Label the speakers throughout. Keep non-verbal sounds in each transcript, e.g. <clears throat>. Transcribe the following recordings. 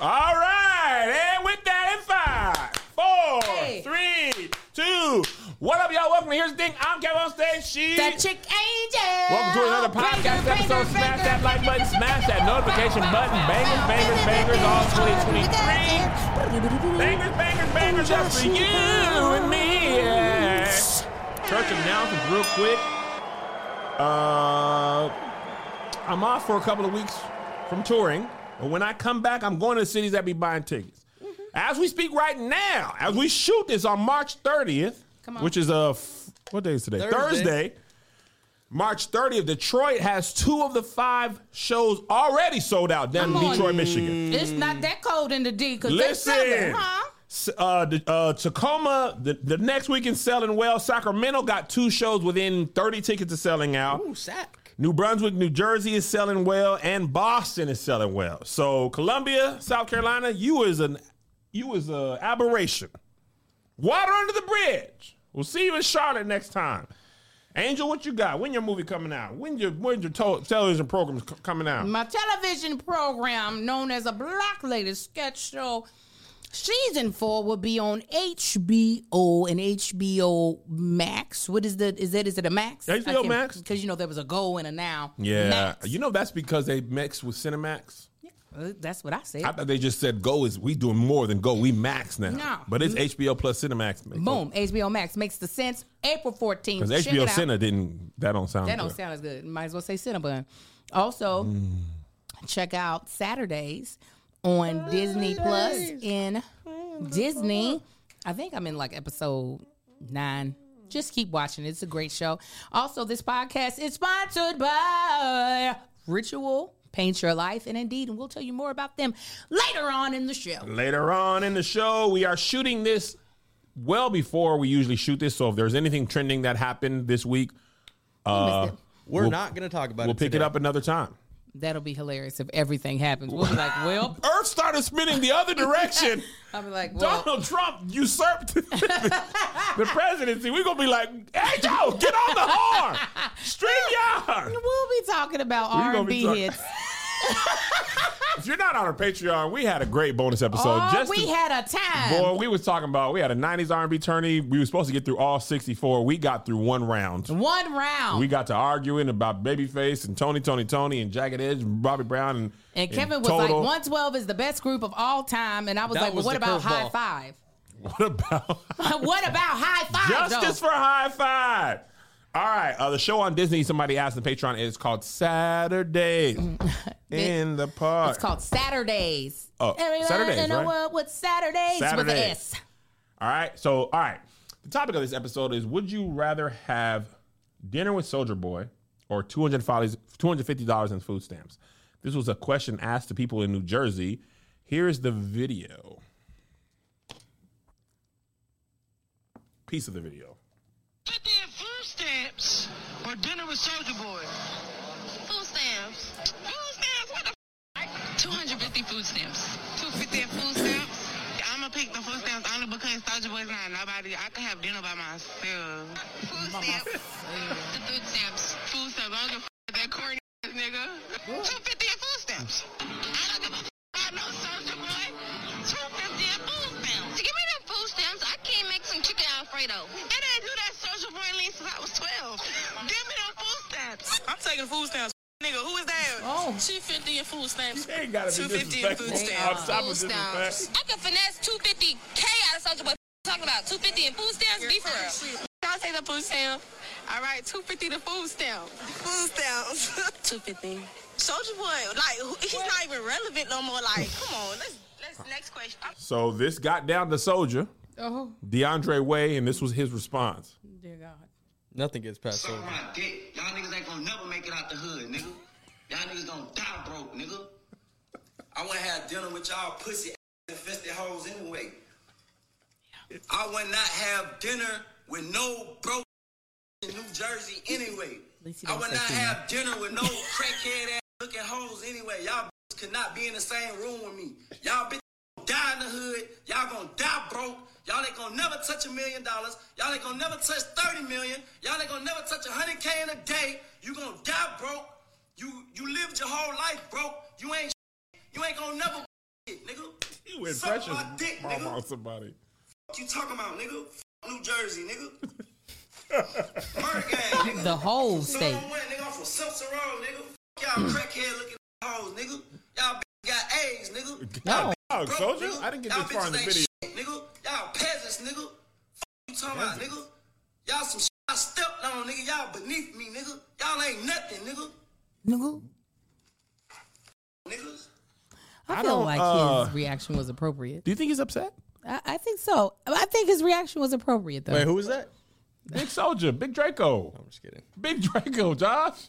Speaker 1: All right, and with that in five, four,
Speaker 2: Hey.
Speaker 1: three, two, what up, y'all? Welcome to Here's the Thing. I'm Kevin on stage. She.
Speaker 2: That chick angel.
Speaker 1: Welcome to another podcast episode. Smash that like button, smash that notification button. Bangers, bangers, bangers, all 2023. Bangers, bangers, bangers, just for you and me. yeah. Church announcements, real quick. Uh, I'm off for a couple of weeks from touring, but when I come back, I'm going to the cities that be buying tickets. As we speak right now, as we shoot this on March 30th,
Speaker 2: Come on.
Speaker 1: which is a f- what day is today?
Speaker 3: Thursday.
Speaker 1: Thursday March 30th, Detroit has two of the five shows already sold out down
Speaker 2: Come
Speaker 1: in
Speaker 2: on.
Speaker 1: Detroit, Michigan.
Speaker 2: It's not that cold in the D because they're
Speaker 1: Listen,
Speaker 2: selling, huh?
Speaker 1: S- uh, the- uh, Tacoma, the, the next weekend selling well. Sacramento got two shows within 30 tickets of selling out.
Speaker 3: Ooh, sack.
Speaker 1: New Brunswick, New Jersey is selling well, and Boston is selling well. So Columbia, South Carolina, you is an you is a aberration. Water under the bridge. We'll see you in Charlotte next time. Angel, what you got? When your movie coming out? When your when your to- television programs c- coming out?
Speaker 2: My television program, known as a Black Lady Sketch Show, season four will be on HBO and HBO Max. What is the is that? Is it a Max?
Speaker 1: HBO Max?
Speaker 2: Because you know there was a go and a now.
Speaker 1: yeah,
Speaker 2: Max.
Speaker 1: you know that's because they mixed with Cinemax.
Speaker 2: Uh, that's what I said.
Speaker 1: I thought they just said Go is we doing more than Go. We max now.
Speaker 2: No.
Speaker 1: But it's HBO plus Cinemax.
Speaker 2: Boom. HBO Max makes the sense. April fourteenth.
Speaker 1: Because HBO Cine didn't that don't sound
Speaker 2: That don't
Speaker 1: good.
Speaker 2: sound as good. Might as well say Cinnabon. Also,
Speaker 1: Mm.
Speaker 2: check out Saturdays on Disney Plus in Disney. I think I'm in like episode nine. Just keep watching. It's a great show. Also, this podcast is sponsored by Ritual Paint Your Life and Indeed, and we'll tell you more about them later on in the show.
Speaker 1: Later on in the show, we are shooting this well before we usually shoot this. So if there's anything trending that happened this week, uh,
Speaker 3: We're
Speaker 1: We'll-
Speaker 3: not going to talk about
Speaker 1: we'll
Speaker 3: it.
Speaker 1: pick
Speaker 3: today.
Speaker 1: it up another time.
Speaker 2: That'll be hilarious if everything happens. We'll be like, well,
Speaker 1: <laughs> Earth started spinning the other direction.
Speaker 2: I'll be like, <laughs> well,
Speaker 1: Donald Trump usurped <laughs> the presidency. We're gonna be like, hey Joe, get on the horn,
Speaker 2: <laughs>
Speaker 1: stream yard.
Speaker 2: we'll be talking about
Speaker 1: We gonna be
Speaker 2: R&B
Speaker 1: talk-
Speaker 2: hits.
Speaker 1: If you're not on our Patreon, we had a great bonus episode.
Speaker 2: oh,
Speaker 1: just
Speaker 2: we
Speaker 1: to-
Speaker 2: had a time.
Speaker 1: Boy, we was talking about we had a '90s R&B tourney. We were supposed to get through all 64. We got through one round.
Speaker 2: One round.
Speaker 1: We got to arguing about Babyface and Tony, Tony, Tony, and Jagged Edge, and Bobby Brown, and
Speaker 2: and Kevin was like,
Speaker 1: Total.
Speaker 2: 112 is the best group of all time. And I was
Speaker 3: That
Speaker 2: like, well,
Speaker 3: was
Speaker 2: what
Speaker 3: the
Speaker 2: about High
Speaker 3: curveball.
Speaker 2: Five?
Speaker 1: <laughs>
Speaker 2: <laughs>
Speaker 1: What about
Speaker 2: what about High Five? though?
Speaker 1: justice for high five? All right, uh, the show on Disney. Somebody asked on Patreon. It's called Saturdays
Speaker 2: Mm. <laughs>
Speaker 1: in the Park.
Speaker 2: It's called Saturdays.
Speaker 1: Oh, Saturdays,
Speaker 2: in the
Speaker 1: right?
Speaker 2: world with Saturdays with an
Speaker 1: Saturdays.
Speaker 2: S.
Speaker 1: All right. So, all right. The topic of this episode is Would you rather have dinner with Soldier Boy or $200, $250 in food stamps? This was a question asked to people in New Jersey. Here's the video. Piece of the video.
Speaker 4: Goddamn food stamps or dinner with Soldier Boy.
Speaker 5: Food stamps.
Speaker 4: Food stamps? What the
Speaker 5: 250 food stamps.
Speaker 4: f- 250 in food stamps? I'ma pick the food stamps only because Soldier Boy's not nobody. I could have dinner by myself. Food stamps.
Speaker 5: The food stamps.
Speaker 4: food stamps. I don't give a f- that corny ass nigga. 250 in food stamps. I don't give a f- about no Soldier Boy. 250 in food stamps.
Speaker 5: Give me them food stamps. I can't make some chicken alfredo.
Speaker 4: I didn't do that Soldier Boy lean since I was 12. Give me them food stamps. I'm taking food stamps. Nigga, who is that?
Speaker 2: Oh,
Speaker 5: 250 in food stamps.
Speaker 1: Ain't gotta be
Speaker 4: 250 in food
Speaker 1: disrespectful. On
Speaker 4: stamps.
Speaker 1: top of
Speaker 5: Food stamps.
Speaker 1: disrespect.
Speaker 5: I can finesse 250k out of Soldier Boy. Talking about 250 in food stamps. Be for real. I'll take the food stamp. All right, 250 the food stamp.
Speaker 4: Food
Speaker 5: <laughs>
Speaker 4: stamps.
Speaker 5: 250.
Speaker 4: Soldier Boy, like who- he's not even relevant no more. Like, come on, let's let's next question.
Speaker 1: So this got down to Soldier,
Speaker 2: oh,
Speaker 1: DeAndre Way, and this was his response.
Speaker 2: dear God.
Speaker 3: Nothing gets past
Speaker 6: Suck
Speaker 3: over.
Speaker 6: my dick. Y'all niggas ain't gonna never make it out the hood, nigga. Y'all niggas gonna die broke, nigga. I wanna have dinner with y'all pussy ass infested hoes anyway. I would not have dinner with no broke <laughs> in New Jersey anyway.
Speaker 2: least you
Speaker 6: I
Speaker 2: don't
Speaker 6: would
Speaker 2: say
Speaker 6: not
Speaker 2: too
Speaker 6: have dinner
Speaker 2: <laughs>
Speaker 6: with no crackhead ass looking hoes anyway. Y'all bitches could not be in the same room with me. Y'all bitches gonna die in the hood. Y'all gonna die broke. Y'all ain't gonna never touch a million dollars. Y'all ain't gonna never touch 30 million. Y'all ain't gonna never touch 100K in a day. You gonna die broke. <laughs> You you lived your whole life broke. You ain't shit. You ain't gonna never shit, nigga.
Speaker 1: you
Speaker 6: Suck
Speaker 1: impression
Speaker 6: my dick,
Speaker 1: bomb
Speaker 6: nigga.
Speaker 1: on somebody.
Speaker 6: What you talking about, nigga? F- New
Speaker 1: <laughs>
Speaker 6: Jersey, nigga. Murder gang, nigga.
Speaker 2: The whole
Speaker 6: So
Speaker 2: state. Mm.
Speaker 6: I'm one, nigga. I'm from Seltzer Road, nigga. F- Y'all crackhead looking hoes, nigga. Y'all bitches got AIDS, nigga.
Speaker 2: No.
Speaker 1: Oh,
Speaker 6: Broke,
Speaker 1: soldier?
Speaker 6: nigga.
Speaker 1: I didn't get
Speaker 6: Y'all
Speaker 1: this far in the
Speaker 6: bitches
Speaker 1: video.
Speaker 6: ain't Shit, nigga. Y'all peasants, nigga. F- you talking about, nigga? Y'all some shit I stepped on, nigga. Y'all beneath me, nigga. Y'all ain't nothing, nigga.
Speaker 2: Nigga.
Speaker 6: Niggas.
Speaker 2: I,
Speaker 1: I
Speaker 2: feel
Speaker 1: don't,
Speaker 2: like
Speaker 1: uh,
Speaker 2: his reaction was appropriate.
Speaker 1: Do you think he's upset?
Speaker 2: I, I think so. I think his reaction was appropriate though.
Speaker 3: Wait, who was that?
Speaker 1: Big soldier, big Draco,
Speaker 3: I'm just kidding.
Speaker 1: big Draco, Josh.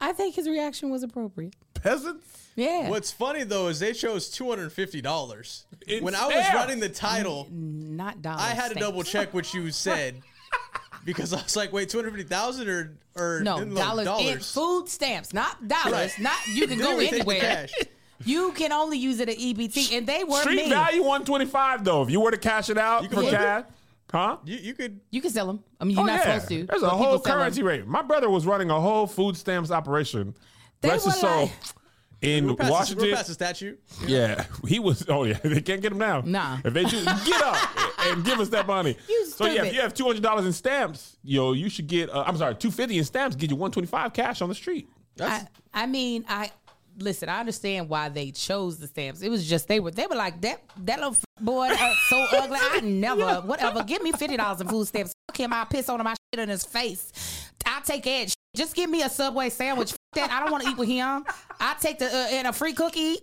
Speaker 2: I think his reaction was appropriate.
Speaker 1: Peasants.
Speaker 2: Yeah.
Speaker 3: What's funny though is they chose two hundred and fifty dollars.
Speaker 1: It's
Speaker 3: When I was
Speaker 1: fair.
Speaker 3: running the title,
Speaker 2: Not dollars.
Speaker 3: I had to
Speaker 2: stamps.
Speaker 3: double check what
Speaker 2: <laughs>
Speaker 3: you said because I was like, wait, two hundred fifty thousand or or
Speaker 2: No,
Speaker 3: didn't look
Speaker 2: dollars, in
Speaker 3: dollars.
Speaker 2: food stamps, not dollars.
Speaker 3: Right.
Speaker 2: Not
Speaker 1: <laughs>
Speaker 2: you can
Speaker 3: Didn't
Speaker 2: go
Speaker 3: even take the
Speaker 2: anywhere.
Speaker 3: cash.
Speaker 2: You can only use it at EBT, and they were
Speaker 1: Street
Speaker 2: me.
Speaker 1: value one twenty five though. If you were to cash it out
Speaker 3: You can
Speaker 1: for
Speaker 3: flip it.
Speaker 1: cash, huh?
Speaker 3: You you could
Speaker 2: You can sell them. I mean, you're
Speaker 1: Oh,
Speaker 2: not
Speaker 1: yeah.
Speaker 2: supposed to.
Speaker 1: There's
Speaker 2: but
Speaker 1: a
Speaker 2: people
Speaker 1: whole
Speaker 2: sell 'em.
Speaker 1: currency rate. My brother was running a whole food stamps operation.
Speaker 2: They
Speaker 1: Rest his
Speaker 2: were
Speaker 1: soul.
Speaker 2: like-
Speaker 1: In
Speaker 3: we're past,
Speaker 1: Washington,
Speaker 3: we're past the statue.
Speaker 1: Yeah, he was. Oh yeah, <laughs> they can't get him now.
Speaker 2: Nah.
Speaker 1: if they do, get up
Speaker 2: <laughs>
Speaker 1: and give us that money.
Speaker 2: You
Speaker 1: so yeah,
Speaker 2: stupid.
Speaker 1: if you have two hundred dollars in stamps, yo, you should get. Uh, I'm sorry, two fifty in stamps get you one twenty five cash on the street.
Speaker 3: That's,
Speaker 2: I, I mean, I listen. I understand why they chose the stamps. It was just they were they were like that that little f- boy that was so ugly. I never whatever. Give me fifty dollars in food stamps. Fuck him. I piss on my shit in his face. I take that. Shit. Just give me a Subway sandwich. F- that I don't want to eat with him. I take the uh, and a free cookie.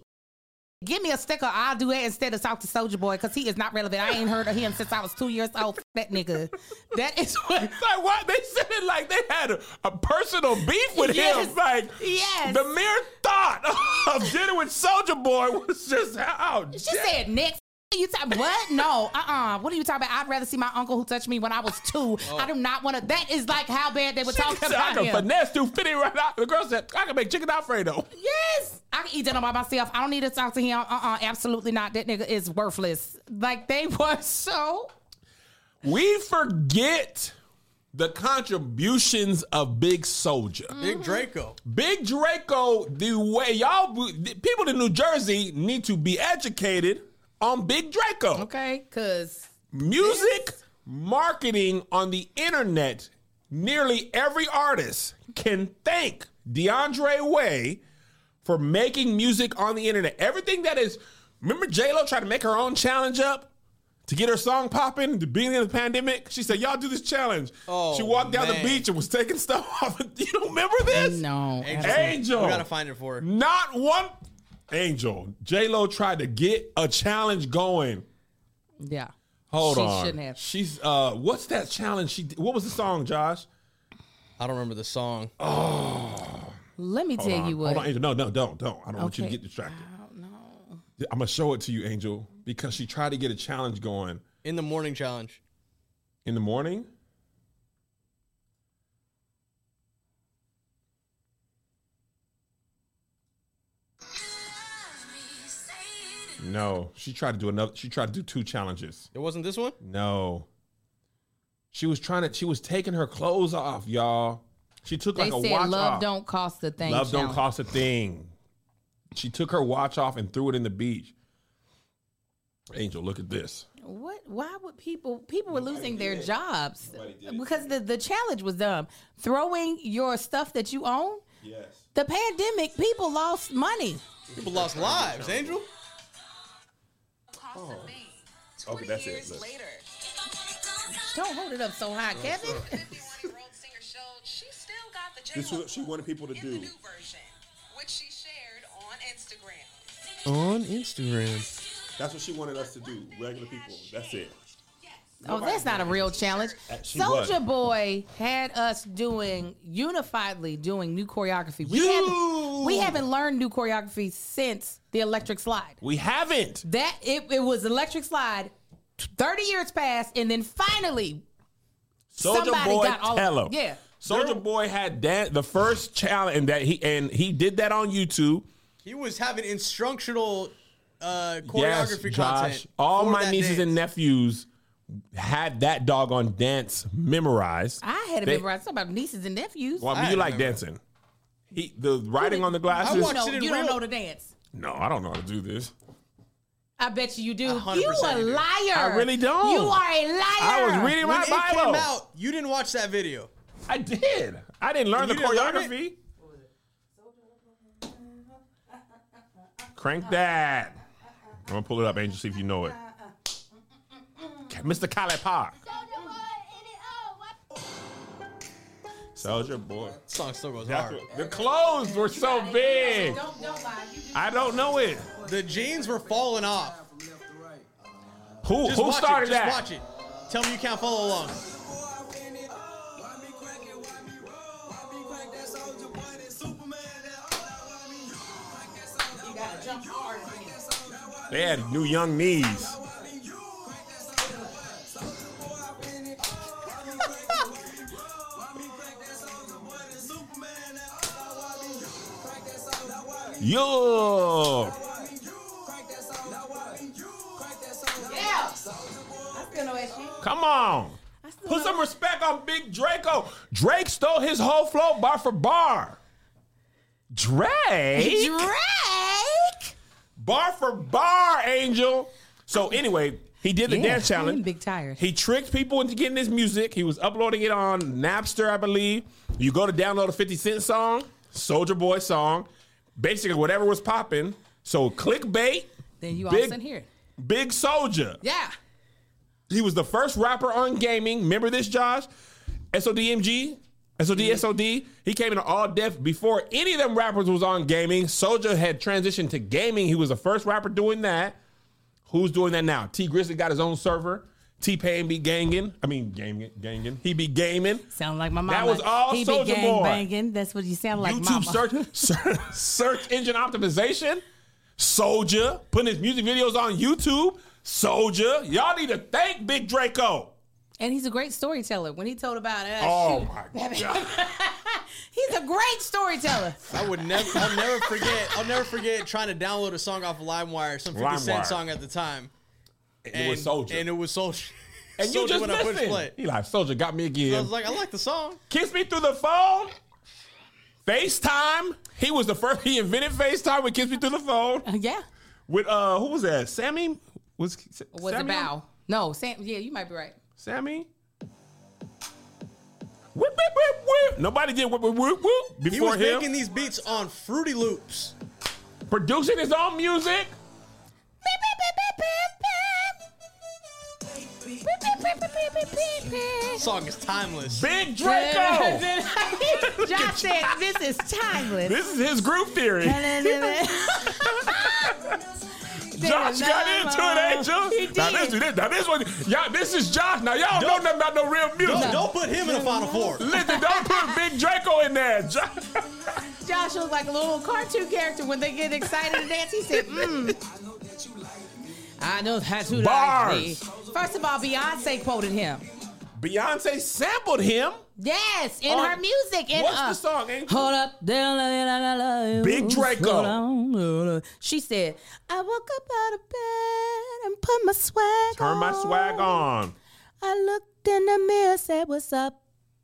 Speaker 2: Give me a sticker. I'll do that instead of talk to Soldier Boy because he is not relevant. I ain't heard of him since I was two years old. F- that nigga. That is what.
Speaker 1: It's like what they said it like they had a, a personal beef with
Speaker 2: Yes.
Speaker 1: him. Like
Speaker 2: Yes.
Speaker 1: the mere thought <laughs> of dinner with Soldier Boy was just how.
Speaker 2: She said next. You talk what? No, uh, uh What are you talking about? I'd rather see my uncle who touched me when I was two. I do not want to. That is like how bad they were
Speaker 1: Oh. She
Speaker 2: talking
Speaker 1: said, I
Speaker 2: about
Speaker 1: can
Speaker 2: him.
Speaker 1: finesse two fifty right out. The girl said I can make chicken alfredo.
Speaker 2: yes, I can eat dinner by myself. I don't need to talk to him. Uh, uh absolutely not. That nigga is worthless. Like they <laughs> were so.
Speaker 1: We forget the contributions of Big Soldier.
Speaker 2: Mm. <laughs>
Speaker 3: Big Draco.
Speaker 1: Big Draco, the way y'all the people in New Jersey need to be educated on Big Draco.
Speaker 2: Okay, cause
Speaker 1: Music marketing on the internet, nearly every artist can thank DeAndre Way for making music on the internet. Everything that is, remember J-Lo tried to make her own challenge up? To get her song popping, to being in the pandemic, she said, "Y'all do this challenge."
Speaker 3: Oh,
Speaker 1: she walked down
Speaker 3: man.
Speaker 1: the beach and was taking <laughs> stuff off. You don't remember this?
Speaker 2: no.
Speaker 1: Angel.
Speaker 3: We gotta find it for her.
Speaker 1: Not one angel. J Lo tried to get a challenge going.
Speaker 2: Yeah.
Speaker 1: Hold
Speaker 2: She
Speaker 1: on.
Speaker 2: shouldn't have.
Speaker 1: She's uh, what's that challenge? She did? what was the song, Josh?
Speaker 3: I don't remember the song.
Speaker 1: Oh.
Speaker 2: Let me
Speaker 1: Hold
Speaker 2: tell
Speaker 1: on.
Speaker 2: you what.
Speaker 1: Hold on, Angel. No, no, don't, don't. I don't want you to
Speaker 2: Okay.
Speaker 1: get distracted.
Speaker 2: I don't know.
Speaker 1: I'm gonna show it to you, Angel, because she tried to get a challenge going
Speaker 3: In the morning challenge.
Speaker 1: in the morning. No, she tried to do another. She tried to do two challenges.
Speaker 3: It wasn't this one?
Speaker 1: No. She was trying to. She was taking her clothes off, y'all. She took
Speaker 2: They
Speaker 1: like a watch
Speaker 2: said love
Speaker 1: off.
Speaker 2: don't cost a thing.
Speaker 1: love don't
Speaker 2: challenge.
Speaker 1: cost a thing. She took her watch off and threw it in the beach. Angel, look at this.
Speaker 2: What? Why would people? People were losing their jobs because the the challenge was dumb. Throwing your stuff that you own.
Speaker 1: Yes.
Speaker 2: The pandemic, people lost money.
Speaker 3: People lost lives, Angel.
Speaker 1: Okay, that's it. Look.
Speaker 2: Don't hold it up so high, Kevin.
Speaker 5: She still got the J-Lo
Speaker 1: This is what she
Speaker 5: look
Speaker 1: wanted people to
Speaker 5: in
Speaker 1: do.
Speaker 5: the new version, which she shared on Instagram.
Speaker 3: On Instagram.
Speaker 1: That's what she wanted us to do. Regular people. That's it.
Speaker 2: <laughs> Oh, that's not a real challenge.
Speaker 1: Uh, She was.
Speaker 2: Soldier Boy had us doing unifiedly doing new choreography. We
Speaker 1: You-
Speaker 2: haven't we haven't learned new choreography since the Electric Slide.
Speaker 1: We haven't.
Speaker 2: That it, it was Electric Slide. Thirty years passed, and then finally
Speaker 1: Soldier
Speaker 2: Somebody
Speaker 1: Boy
Speaker 2: got all-
Speaker 1: Tello.
Speaker 2: yeah.
Speaker 1: Soldier Boy had that the first challenge and that he and he did that on YouTube.
Speaker 3: He was having instructional uh,
Speaker 1: Yes,
Speaker 3: choreography
Speaker 1: Josh.
Speaker 3: content.
Speaker 1: All
Speaker 3: for
Speaker 1: my
Speaker 3: that
Speaker 1: nieces
Speaker 3: dance.
Speaker 1: and nephews had that doggone dance memorized.
Speaker 2: I had to
Speaker 1: They-
Speaker 2: memorize something about nieces and nephews.
Speaker 1: Well, I mean,
Speaker 3: I
Speaker 1: you like
Speaker 3: remember.
Speaker 1: dancing. He the writing on the
Speaker 3: I
Speaker 1: glasses.
Speaker 3: watched-
Speaker 2: no,
Speaker 3: it
Speaker 2: you
Speaker 3: in
Speaker 2: don't
Speaker 3: real-
Speaker 2: know the dance.
Speaker 1: no, I don't know how to do this.
Speaker 2: I bet you you do. You
Speaker 3: 100%
Speaker 2: a
Speaker 3: I do.
Speaker 2: liar.
Speaker 1: I really don't.
Speaker 2: You are a liar.
Speaker 1: I was reading
Speaker 3: When
Speaker 1: my
Speaker 3: it
Speaker 1: Bible.
Speaker 3: came out, you didn't watch that video.
Speaker 1: I did. I didn't learn the
Speaker 3: You didn't learn it?
Speaker 1: choreography. Crank that. I'm gonna pull it up, Angel. See if you know it. Mr. Khaled Park. Soldier Boy.
Speaker 3: Song still goes
Speaker 1: That's
Speaker 3: hard.
Speaker 1: what- the clothes were so big.
Speaker 2: Don't, don't lie. You do.
Speaker 1: I don't know it.
Speaker 3: The jeans were falling off.
Speaker 1: Who
Speaker 3: Just
Speaker 1: who
Speaker 3: watch
Speaker 1: started
Speaker 3: it. Just
Speaker 1: that?
Speaker 3: watch it. Tell me you can't follow along.
Speaker 2: You gotta jump hard.
Speaker 1: They had new young knees. <laughs> Yo,
Speaker 2: Yeah. I still know that shit.
Speaker 1: come on. Put some respect on Big Draco. Drake stole his whole flow bar for bar. Drake?
Speaker 2: Drake.
Speaker 1: bar for bar, Angel. So anyway, he did the dance challenge.
Speaker 2: I'm big tired.
Speaker 1: He tricked people into getting his music. He was uploading it on Napster, I believe. You go to download a 50 Cent song, Soldier Boy song, basically whatever was popping. So clickbait,
Speaker 2: then you all
Speaker 1: big-
Speaker 2: of a sudden hear it.
Speaker 1: Big Soldier.
Speaker 2: Yeah.
Speaker 1: He was the first rapper on gaming. Remember this, Josh? SODMG, SOD, SOD. He came into all death before any of them rappers was on gaming. Soldier had transitioned to gaming. He was the first rapper doing that. Who's doing that now? T Grizzly got his own server. T Pain be ganging. I mean, ganging, ganging. He be gaming.
Speaker 2: Sound like my mama.
Speaker 1: That was all
Speaker 2: he
Speaker 1: Soulja
Speaker 2: be gang
Speaker 1: Boy.
Speaker 2: banging. That's what you sound like,
Speaker 1: YouTube
Speaker 2: mama. <laughs>
Speaker 1: search, search search engine optimization. Soldier putting his music videos on YouTube. Soldier, y'all need to thank Big Draco.
Speaker 2: And he's a great storyteller. When he told about us,
Speaker 1: Oh my god.
Speaker 2: he's a great storyteller.
Speaker 3: I would never, I'll never forget. I'll never forget trying to download a song off of LimeWire, some Fifty
Speaker 1: LimeWire.
Speaker 3: Cent song at the time,
Speaker 1: It
Speaker 3: and
Speaker 1: was Soldier.
Speaker 3: and it was Soldier.
Speaker 1: And you
Speaker 3: Soulja
Speaker 1: just
Speaker 3: when I pushed
Speaker 1: listened.
Speaker 3: play.
Speaker 1: He like Soldier got me
Speaker 3: I
Speaker 1: again.
Speaker 3: was like, I like the song.
Speaker 1: Kiss me through the phone. FaceTime. He was the first. <laughs> He invented FaceTime with Kiss me through the phone.
Speaker 2: Uh, <laughs> yeah.
Speaker 1: With uh, who was that? Sammy was
Speaker 2: Was
Speaker 1: Sammy?
Speaker 2: a bow. No, Sam. Yeah, you might be right.
Speaker 1: Sammy. Whip, whip, whip, whip. Nobody did whip, whip, whip, whip
Speaker 3: He
Speaker 1: before
Speaker 3: was
Speaker 1: him.
Speaker 3: making these beats on Fruity Loops.
Speaker 1: Producing his own music.
Speaker 3: Song is timeless.
Speaker 1: Big Draco.
Speaker 2: Josh said, "This is timeless." <laughs>
Speaker 1: this is his group theory. Josh got into it,
Speaker 2: He
Speaker 1: Angel. Now this,
Speaker 2: did.
Speaker 1: this, now this one, y'all, this is Josh. Now y'all don't, know nothing about no real music.
Speaker 3: Don't, don't put him in the final four.
Speaker 1: Listen, don't put Big Draco in there. Josh.
Speaker 2: Josh was like a little cartoon character when they get excited and dance. He said, mm. I know how to
Speaker 1: Bars.
Speaker 2: like me. First of all, Beyonce quoted him.
Speaker 1: Beyonce sampled him.
Speaker 2: Yes, in
Speaker 1: On-
Speaker 2: her music. In
Speaker 1: What's
Speaker 2: uh,
Speaker 1: the song? Angel?
Speaker 2: Hold up, down, down, down, down, down, down.
Speaker 1: Big Draco.
Speaker 2: Hold on, hold on. She said, "I woke up out of bed and put my swag
Speaker 1: Turn
Speaker 2: on.
Speaker 1: my swag on.
Speaker 2: I looked in the mirror, said, "What's up?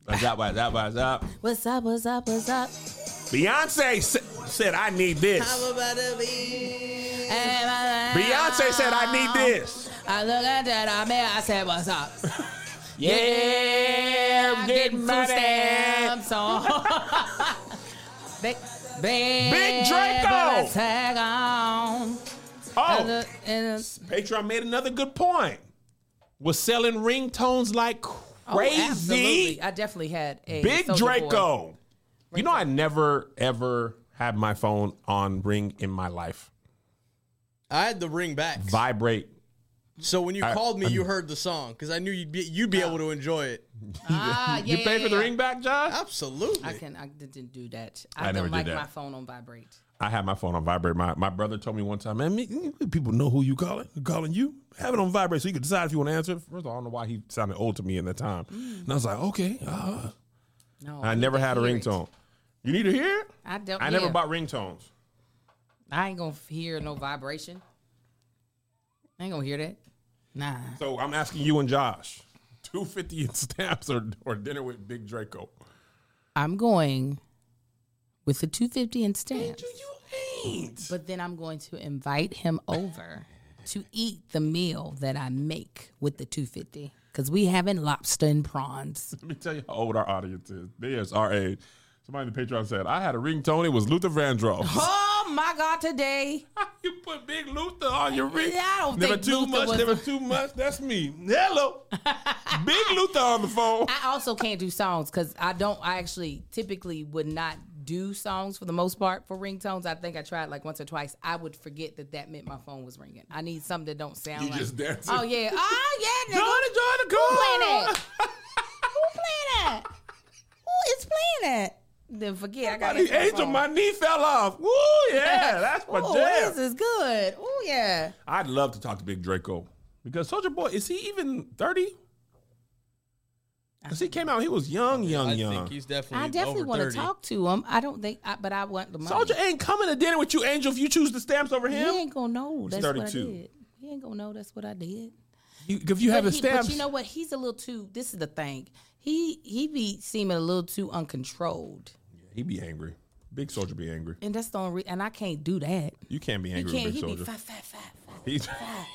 Speaker 1: That was that was up.
Speaker 2: What's up? What's up? What's up?"
Speaker 1: Beyonce sa- said, "I need this." Beyonce
Speaker 2: Beyonce
Speaker 1: said, "I need this."
Speaker 2: I look at that, I mean, I said, "What's up?"
Speaker 1: Yeah, I'm getting money.
Speaker 2: stamps on. <laughs> big, big,
Speaker 1: Big Draco.
Speaker 2: Tag on. I
Speaker 1: Oh,
Speaker 2: look in the-
Speaker 1: Patreon made another good point. Was selling ringtones like
Speaker 2: Oh,
Speaker 1: crazy.
Speaker 2: absolutely. I definitely had a
Speaker 1: Big
Speaker 2: Soulja Boy.
Speaker 1: Draco. You know, I never ever had my phone on ring in my life.
Speaker 3: I had the ring back.
Speaker 1: Vibrate.
Speaker 3: So when you
Speaker 1: I-
Speaker 3: called me,
Speaker 1: I'm-
Speaker 3: you heard the song because I knew you'd be you'd be able to enjoy it.
Speaker 2: Ah, yeah,
Speaker 1: <laughs> you pay
Speaker 2: yeah,
Speaker 1: for the
Speaker 2: yeah.
Speaker 1: ring back, Josh?
Speaker 3: Absolutely.
Speaker 2: I can. I didn't do that. I,
Speaker 1: I never
Speaker 2: don't
Speaker 1: did
Speaker 2: like
Speaker 1: that.
Speaker 2: my phone on vibrate.
Speaker 1: I had my phone on vibrate. My my brother told me one time, man, me- me- people know who you calling. Calling you, have it on vibrate so you can decide if you want to answer. it." First of all, I don't know why he sounded old to me in that time, and I was like, okay. Uh,
Speaker 2: No,
Speaker 1: I
Speaker 2: need
Speaker 1: never
Speaker 2: to
Speaker 1: had a
Speaker 2: Mm. Oh, hear it.
Speaker 1: ringtone. You need to hear it?
Speaker 2: I don't.
Speaker 1: I never
Speaker 2: yeah.
Speaker 1: bought ringtones.
Speaker 2: I ain't gonna hear no vibration. I ain't gonna hear that. Nah.
Speaker 1: So I'm asking you and Josh, two fifty <laughs> in stamps or or dinner with Big Draco.
Speaker 2: I'm going with the 250 and stamps,
Speaker 1: You ain't.
Speaker 2: but then I'm going to invite him over to eat the meal that I make with the 250 because we having lobster and prawns.
Speaker 1: Let me tell you how old our audience is. There's our age. Somebody in the Patreon said, I had a ringtone. It was Luther Vandross. <laughs>
Speaker 2: Oh my God, today.
Speaker 1: you put Big Luther on your ring.
Speaker 2: I don't
Speaker 1: never
Speaker 2: think
Speaker 1: too
Speaker 2: Luther
Speaker 1: much,
Speaker 2: was-
Speaker 1: never too much. That's me.
Speaker 2: <laughs>
Speaker 1: Hello. Big Luther on the phone.
Speaker 2: I also can't do songs because I don't, I actually typically would not do songs for the most part for ringtones. I think I tried like once or twice. I would forget that that meant my phone was ringing. I need something that don't sound
Speaker 1: You
Speaker 2: like.
Speaker 1: just dancing. <laughs>
Speaker 2: Oh, yeah. Oh, yeah, nigga.
Speaker 1: Johnny, join the call.
Speaker 2: Who playing
Speaker 1: <laughs>
Speaker 2: that? Who playing that? Who is playing that? Then forget. I got
Speaker 1: The angel, my knee fell off. Woo,
Speaker 2: <laughs>
Speaker 1: yeah, that's my
Speaker 2: Oh,
Speaker 1: jam.
Speaker 2: this is good. Oh yeah.
Speaker 1: I'd love to talk to Big Draco because Soldier Boy is he even thirty? Because he came out, he was young, young,
Speaker 3: I
Speaker 1: young.
Speaker 3: think he's definitely.
Speaker 2: I definitely
Speaker 3: want to
Speaker 2: talk to him. I don't think, I, but I want the money.
Speaker 1: Soldier ain't coming to dinner with you, Angel. If you choose the stamps over
Speaker 2: he
Speaker 1: him,
Speaker 2: ain't gonna know. That's what I
Speaker 1: 32.
Speaker 2: did. He ain't gonna know. That's what I did.
Speaker 1: you, if you have the
Speaker 2: but, he- but
Speaker 1: stamps,
Speaker 2: you know what? He's a little too. This is the thing. He he be seeming a little too uncontrolled,
Speaker 1: he'd be angry. Big Soldier be angry.
Speaker 2: and that's the only. Re- and I can't do that.
Speaker 1: You can't be
Speaker 2: He
Speaker 1: angry
Speaker 2: can't.
Speaker 1: with
Speaker 2: He
Speaker 1: Big
Speaker 2: be
Speaker 1: Soldier.
Speaker 2: fat, fat, fat, fat,
Speaker 1: He's-
Speaker 2: fat,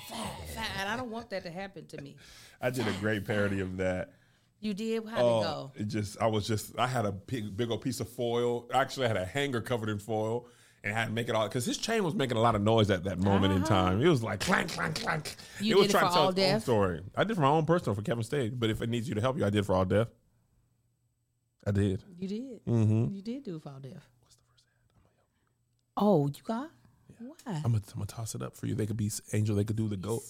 Speaker 2: fat, and I don't want that to happen to me.
Speaker 1: I did a great parody of that.
Speaker 2: You did? How'd
Speaker 1: Oh,
Speaker 2: it go?
Speaker 1: It just I was just I had a big big old piece of foil. Actually, I had a hanger covered in foil and I had to make it all because his chain was making a lot of noise at that moment in time. It was like clank clank clank.
Speaker 2: Uh-huh. You
Speaker 1: it was
Speaker 2: did it for All
Speaker 1: its own
Speaker 2: Deaf?
Speaker 1: story. I did for my own personal for Kevin Stage, but if it needs you to help you, I did for all deaf. I did.
Speaker 2: You did.
Speaker 1: Mm-hmm.
Speaker 2: You did do Fall Death. Oh, you got? Why?
Speaker 1: I'm gonna, I'm gonna toss it up for you. They could be Angel. They could do the goat.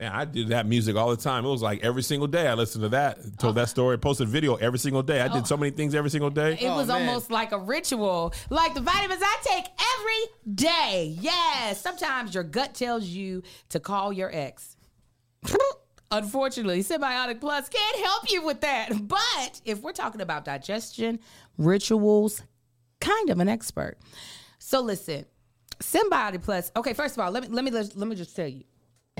Speaker 1: And I did that music all the time. It was like every single day I listened to that, told that story, posted video every single day. I did so many things every single day.
Speaker 2: It was
Speaker 3: man.
Speaker 2: almost like a ritual, like the vitamins I take every day. Yes. Sometimes your gut tells you to call your ex. <laughs> Unfortunately, Symbiotic Plus can't help you with that. But if we're talking about digestion, rituals, kind of an expert. So listen, Symbiotic Plus. Okay, first of all, let me let me let me just tell you,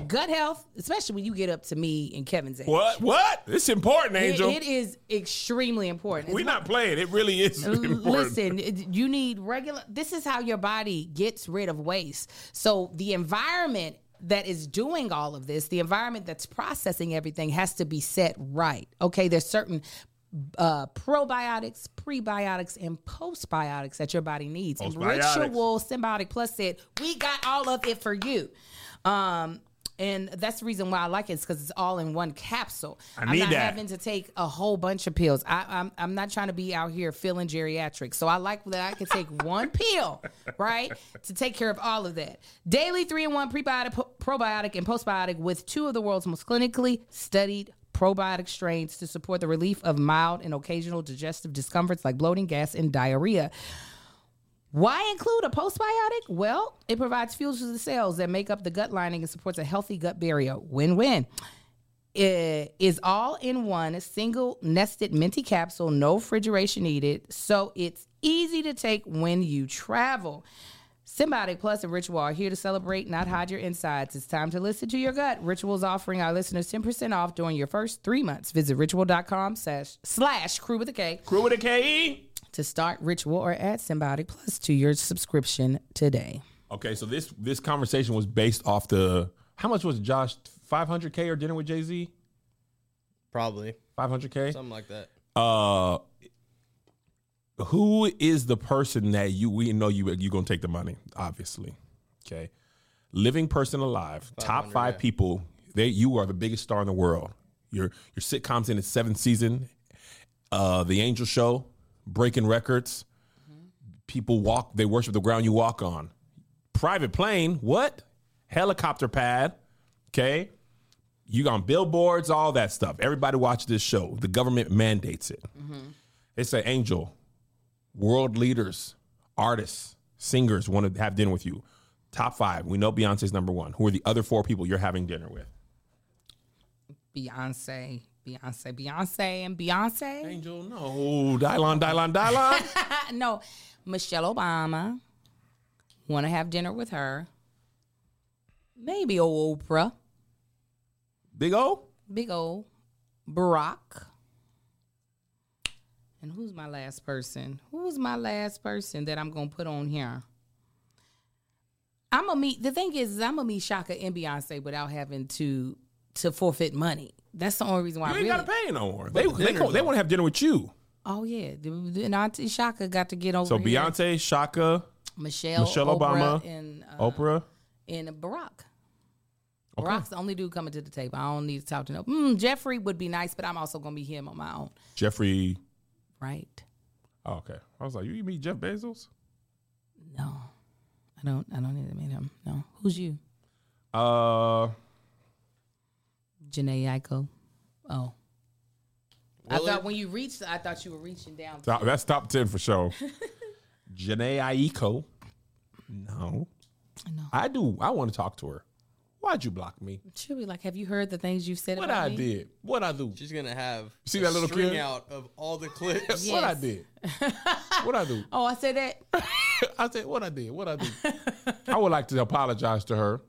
Speaker 2: gut health, especially when you get up to me and Kevin's age,
Speaker 1: What? What? It's important,
Speaker 2: it-
Speaker 1: Angel.
Speaker 2: it is extremely important. It's
Speaker 1: We're not playing. It really <laughs> is
Speaker 2: L-
Speaker 1: important.
Speaker 2: Listen, it- you need regular. This is how your body gets rid of waste. So the environment that is doing all of this, the environment that's processing everything, has to be set right. Okay, there's certain. Uh, probiotics, prebiotics, and postbiotics that your body needs. And
Speaker 1: Postbiotics.
Speaker 2: Ritual Symbiotic Plus said, We got all of it for you. Um, and that's the reason why I like it, because it's all in one capsule.
Speaker 1: I need
Speaker 2: am not
Speaker 1: that.
Speaker 2: having to take a whole bunch of pills. I, I'm I'm not trying to be out here feeling geriatric, so I like that I can take <laughs> one pill, right, to take care of all of that. Daily three in one prebiotic, po- probiotic, and postbiotic with two of the world's most clinically studied probiotic strains to support the relief of mild and occasional digestive discomforts like bloating, gas, and diarrhea. Why include a postbiotic? Well, it provides fuel to the cells that make up the gut lining and supports a healthy gut barrier. Win-win it is all in one single nested minty capsule, no refrigeration needed, so it's easy to take when you travel. Symbiotic Plus and Ritual are here to celebrate, not hide your insides. It's time to listen to your gut. Ritual's offering our listeners 10% off during your first three months. Visit ritual.com slash, slash crew with a K
Speaker 1: Crew with a E? KE.
Speaker 2: to start Ritual or add Symbiotic Plus to your subscription today.
Speaker 1: Okay, so this this conversation was based off the how much was it, Josh 500k or dinner with Jay Z
Speaker 3: Probably
Speaker 1: 500k.
Speaker 3: something like that.
Speaker 1: Uh, who is the person that you we know you you gonna take the money? Obviously, okay. Living person alive, top five people. They you are the biggest star in the world. Your your sitcoms in its seventh season. Uh, the Angel Show, breaking records. People walk. They worship the ground you walk on. Private plane. What? Helicopter pad. Okay. You on billboards, all that stuff. Everybody watch this show. The government mandates it. They say, Angel, world leaders, artists, singers want to have dinner with you. Top five. We know Beyonce's number one. Who are the other four people you're having dinner with?
Speaker 2: Beyonce, Beyonce, Beyonce, and Beyonce.
Speaker 1: Angel, no. Dylon, Dylon, Dylon. <laughs>
Speaker 2: no, Michelle Obama. Want to have dinner with her? Maybe old Oprah,
Speaker 1: Big O?
Speaker 2: big old Barack. And who's my last person? Who's my last person that I'm gonna put on here? I'm gonna meet. The thing is, is I'm gonna meet Shaka and Beyonce without having to to forfeit money. That's the only reason why.
Speaker 1: You
Speaker 2: I
Speaker 1: ain't
Speaker 2: really,
Speaker 1: gotta pay no more. They
Speaker 3: the
Speaker 1: they,
Speaker 3: dinner,
Speaker 1: gon- they
Speaker 3: though.
Speaker 1: want to have dinner with you.
Speaker 2: Oh yeah, the- the- and Auntie Shaka got to get over.
Speaker 1: So
Speaker 2: here.
Speaker 1: Beyonce, Shaka,
Speaker 2: Michelle,
Speaker 1: Michelle
Speaker 2: Oprah,
Speaker 1: Obama, Oh.
Speaker 2: and uh,
Speaker 1: Oprah.
Speaker 2: and Barack. Barack's the only dude coming to the table. I don't need to talk to no. Mm, Jeffrey would be nice, but I'm also gonna be him on my own,
Speaker 1: Jeffrey.
Speaker 2: right?
Speaker 1: Oh, okay. I was like, you meet Jeff Bezos?
Speaker 2: No, I don't. I don't need to meet him. No, who's you?
Speaker 1: Uh,
Speaker 2: Janae Aiko. Oh.
Speaker 3: Well,
Speaker 2: I thought
Speaker 3: it-
Speaker 2: when you reached, I thought you were reaching down.
Speaker 1: top, that's top ten for sure. <laughs> Janae Aiko. No,
Speaker 2: No.
Speaker 1: I do. I want to talk to her. Why'd you block me?
Speaker 2: She'll be like, "Have you heard the things you've said
Speaker 1: What
Speaker 2: about
Speaker 1: I
Speaker 2: me?"
Speaker 1: did? What I do?
Speaker 3: She's gonna have
Speaker 1: See
Speaker 3: a
Speaker 1: that little
Speaker 3: string
Speaker 1: kid?
Speaker 3: out of all
Speaker 1: <laughs>
Speaker 3: the clips.
Speaker 1: What I
Speaker 2: Yes.
Speaker 1: did? What I
Speaker 2: <laughs>
Speaker 1: do?
Speaker 2: Oh, I said that.
Speaker 1: I said, what I did, what
Speaker 2: <laughs>
Speaker 1: I did. I would like to apologize to her.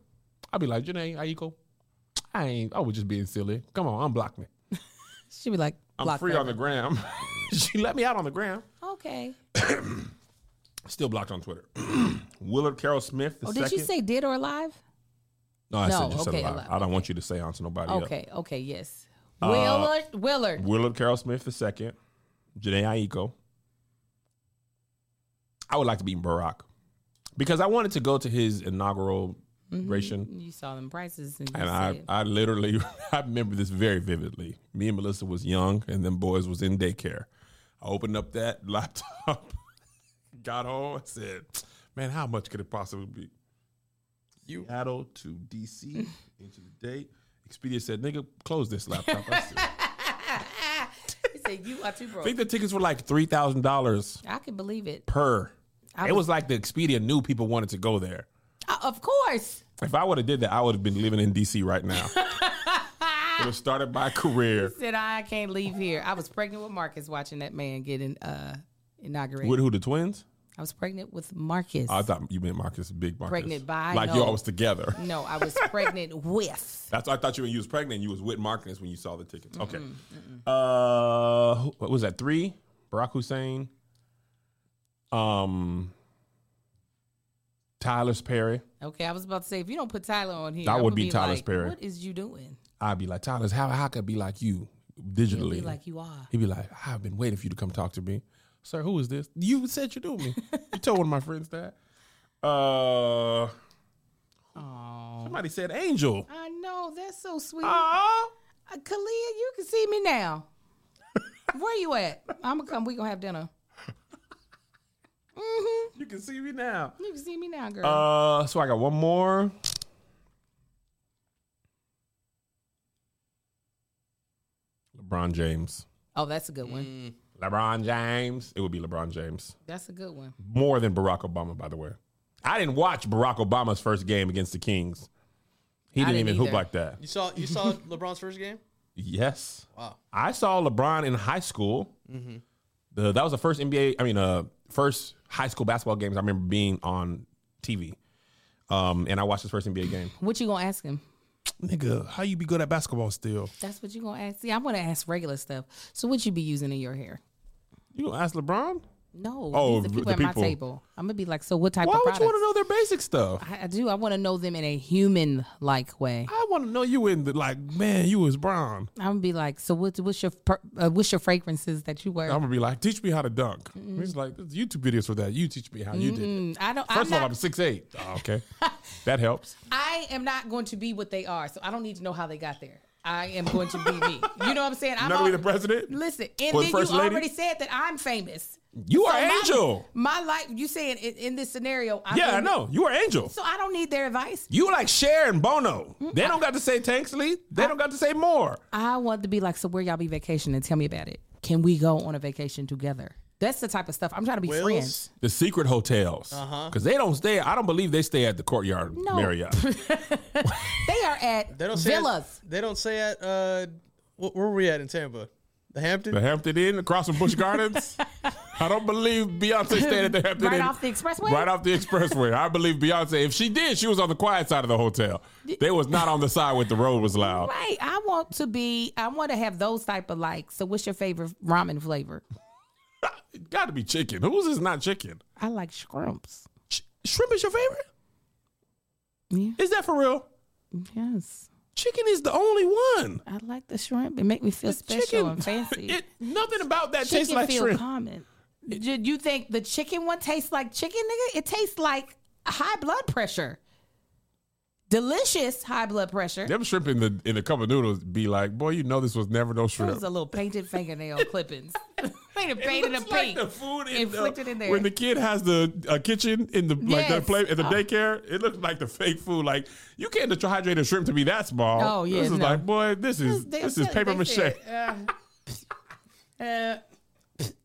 Speaker 1: I'd be like, Janae, Aiko, I ain't, I was just being silly. Come on, unblock me.
Speaker 2: She'll be like,
Speaker 1: I'm
Speaker 2: "Block
Speaker 1: free
Speaker 2: that
Speaker 1: on the
Speaker 2: one."
Speaker 1: gram. <laughs> she let me out on the gram.
Speaker 2: Okay.
Speaker 1: Still blocked on Twitter. <clears throat> Willard Carroll Smith, the
Speaker 2: Oh,
Speaker 1: second.
Speaker 2: did you say dead or alive?
Speaker 1: no, I
Speaker 2: No,
Speaker 1: said just
Speaker 2: okay,
Speaker 1: said alive.
Speaker 2: alive.
Speaker 1: I don't want you to say on to nobody else.
Speaker 2: Okay. Okay. Yes.
Speaker 1: Uh,
Speaker 2: Willard. Willard.
Speaker 1: Willard Carroll Smith, the second. Janae Aiko. I would like to be Barack because I wanted to go to his inaugural ration.
Speaker 2: You saw them prices and you
Speaker 1: And I,
Speaker 2: said,
Speaker 1: I literally, <laughs> I remember this very vividly. Me and Melissa was young, and them boys was in daycare. I opened up that <laughs> laptop, got home, and said, "Man, how much could it possibly be?"
Speaker 3: You
Speaker 1: Seattle to DC into the date. Expedia said, "Nigga, close this laptop." I said, I
Speaker 2: he said, "You are too broke."
Speaker 1: think the tickets were like three thousand dollars
Speaker 2: I can believe it.
Speaker 1: per.
Speaker 2: I
Speaker 1: it was like the Expedia knew people wanted to go there.
Speaker 2: Uh, of course.
Speaker 1: If I would have did that, I would have been living in DC right
Speaker 2: <laughs>
Speaker 1: now. would have started my career.
Speaker 2: Said I can't leave here. I was pregnant with Marcus watching that man getting uh, inaugurated.
Speaker 1: With who the twins?
Speaker 2: I was pregnant with Marcus.
Speaker 1: I thought you meant Marcus, big Marcus.
Speaker 2: Pregnant by?
Speaker 1: Like
Speaker 2: No.
Speaker 1: y'all was together.
Speaker 2: no, I was pregnant <laughs> with.
Speaker 1: That's I thought you when you was pregnant, you was with Marcus when you saw the tickets. Okay. Uh, who- what was that? Three? Barack Hussein. Um. Tyler's Perry.
Speaker 2: Okay, I was about to say if you don't put Tyler on here,
Speaker 1: That
Speaker 2: I'm
Speaker 1: would
Speaker 2: gonna
Speaker 1: be Tyler's
Speaker 2: like,
Speaker 1: Perry.
Speaker 2: What is you doing?
Speaker 1: I'd be like Tyler's. How how could I be like you
Speaker 2: You'll
Speaker 1: digitally?
Speaker 2: be like you are.
Speaker 1: He'd be like, I've been waiting for you to come talk to me. Sir, who is this? You said you knew me. you told one of my friends that. Uh,
Speaker 2: Oh,
Speaker 1: somebody said Angel.
Speaker 2: I know that's so sweet. Uh,
Speaker 1: Aw.
Speaker 2: Khalil, you can see me
Speaker 1: <laughs>
Speaker 2: now. Where you at? I'm gonna come. We gonna have dinner. Mm-hmm.
Speaker 1: You can see me now.
Speaker 2: You can see me now, girl.
Speaker 1: Uh, so I got one more. LeBron James.
Speaker 2: oh, that's a good one.
Speaker 1: mm. LeBron James. It would be LeBron James.
Speaker 2: That's a good one.
Speaker 1: More than Barack Obama, by the way. I didn't watch Barack Obama's first game against the Kings. He
Speaker 2: I
Speaker 1: didn't,
Speaker 2: didn't
Speaker 1: even hoop
Speaker 2: either.
Speaker 1: like that.
Speaker 3: you saw you saw LeBron's first game?
Speaker 1: Yes.
Speaker 3: Wow.
Speaker 1: I saw LeBron in high school.
Speaker 2: Mm-hmm.
Speaker 1: The, that was the first NBA, I mean, uh, first high school basketball games I remember being on TV. Um, and I watched his first NBA game.
Speaker 2: What you gonna ask him?
Speaker 1: Nigga, how you be good at basketball still?
Speaker 2: That's what you gonna ask. See, I'm gonna ask regular stuff. So what you be using in your hair?
Speaker 1: You gonna ask LeBron?
Speaker 2: No,
Speaker 1: Oh,
Speaker 2: these the
Speaker 1: the
Speaker 2: people at
Speaker 1: people.
Speaker 2: my table. I'm gonna be like, so what type
Speaker 1: Why
Speaker 2: of
Speaker 1: would
Speaker 2: products?
Speaker 1: you want to know their basic stuff?
Speaker 2: I, I do. I want to know them in a human like way.
Speaker 1: I want to know you in the like, man, you was brown.
Speaker 2: I'm gonna be like, so what, what's your per- uh, what's your fragrances that you wear?
Speaker 1: I'm gonna be like, teach me how to dunk.
Speaker 2: Mm-hmm.
Speaker 1: He's like, there's YouTube videos for that. You teach me how you did. It.
Speaker 2: Mm, I don't.
Speaker 1: First
Speaker 2: I'm
Speaker 1: of all,
Speaker 2: not,
Speaker 1: I'm six
Speaker 2: <laughs>
Speaker 1: eight. Oh, okay, that helps.
Speaker 2: I am not going to be what they are, so I don't need to know how they got there. I am going to be me. You know what I'm saying? I'm
Speaker 1: Not gonna be the
Speaker 2: al-
Speaker 1: president.
Speaker 2: Listen, and
Speaker 1: Or the
Speaker 2: then you
Speaker 1: first lady?
Speaker 2: already said that I'm famous.
Speaker 1: You are
Speaker 2: So my-
Speaker 1: Angel.
Speaker 2: My, life. You saying in, in this scenario? I'm
Speaker 1: yeah, I
Speaker 2: gonna-
Speaker 1: know. You are Angel.
Speaker 2: So I don't need their advice.
Speaker 1: you like Cher and Bono. They don't got to say Tanksley. They don't got to say more.
Speaker 2: I want to be like, so where y'all be vacationing? Tell me about it. Can we go on a vacation together? That's the type of stuff I'm trying to be
Speaker 3: Wills?
Speaker 2: friends.
Speaker 1: The secret hotels, because they don't stay. I don't believe they stay at the Courtyard
Speaker 2: Uh-huh. No. <laughs>
Speaker 1: Marriott.
Speaker 2: They are at
Speaker 3: They don't say
Speaker 2: villas.
Speaker 3: At, they don't say at uh what, where were we at in Tampa? The Hampton?
Speaker 1: The Hampton Inn across from Busch Gardens. I don't believe Beyonce stayed at the Hampton
Speaker 2: Right
Speaker 1: Inn.
Speaker 2: off the expressway?
Speaker 1: Right off the expressway. I believe Beyonce. If she did, she was on the quiet side of the hotel. They was not on the side where the road was loud.
Speaker 2: Right. I want to be. I want to have those type of like. So what's your favorite ramen flavor?
Speaker 1: <laughs> It got to be chicken. Who's is not chicken?
Speaker 2: I like shrimps.
Speaker 1: Sh- shrimp is your favorite?
Speaker 2: Yeah.
Speaker 1: Is that for real?
Speaker 2: Yes.
Speaker 1: Chicken is the only one.
Speaker 2: I like the shrimp. It make me feel special
Speaker 1: chicken,
Speaker 2: and
Speaker 1: <laughs>
Speaker 2: fancy.
Speaker 1: It, nothing about that
Speaker 2: chicken
Speaker 1: tastes like
Speaker 2: feel
Speaker 1: shrimp.
Speaker 2: common. You you think the chicken one tastes like chicken, nigga? It tastes like high blood pressure. Delicious high blood pressure.
Speaker 1: Them shrimp in the in the cup of noodles be like, boy, you know this was never no
Speaker 2: It
Speaker 1: shrimp.
Speaker 2: was a little painted fingernail clippings. <laughs> painted,
Speaker 1: It
Speaker 2: painted in
Speaker 1: looks
Speaker 2: pink.
Speaker 1: Like the food in
Speaker 2: inflicted
Speaker 1: the,
Speaker 2: in there.
Speaker 1: When the kid has the uh, kitchen in the like the
Speaker 2: Yes.
Speaker 1: play at the
Speaker 2: Oh.
Speaker 1: daycare, it looks like the fake food. Like you can't dehydrate a shrimp to be that small.
Speaker 2: Oh, yeah,
Speaker 1: this is
Speaker 2: no.
Speaker 1: like boy, this is
Speaker 2: They-
Speaker 1: this is
Speaker 2: they
Speaker 1: paper mache.
Speaker 2: said, uh, <laughs> uh,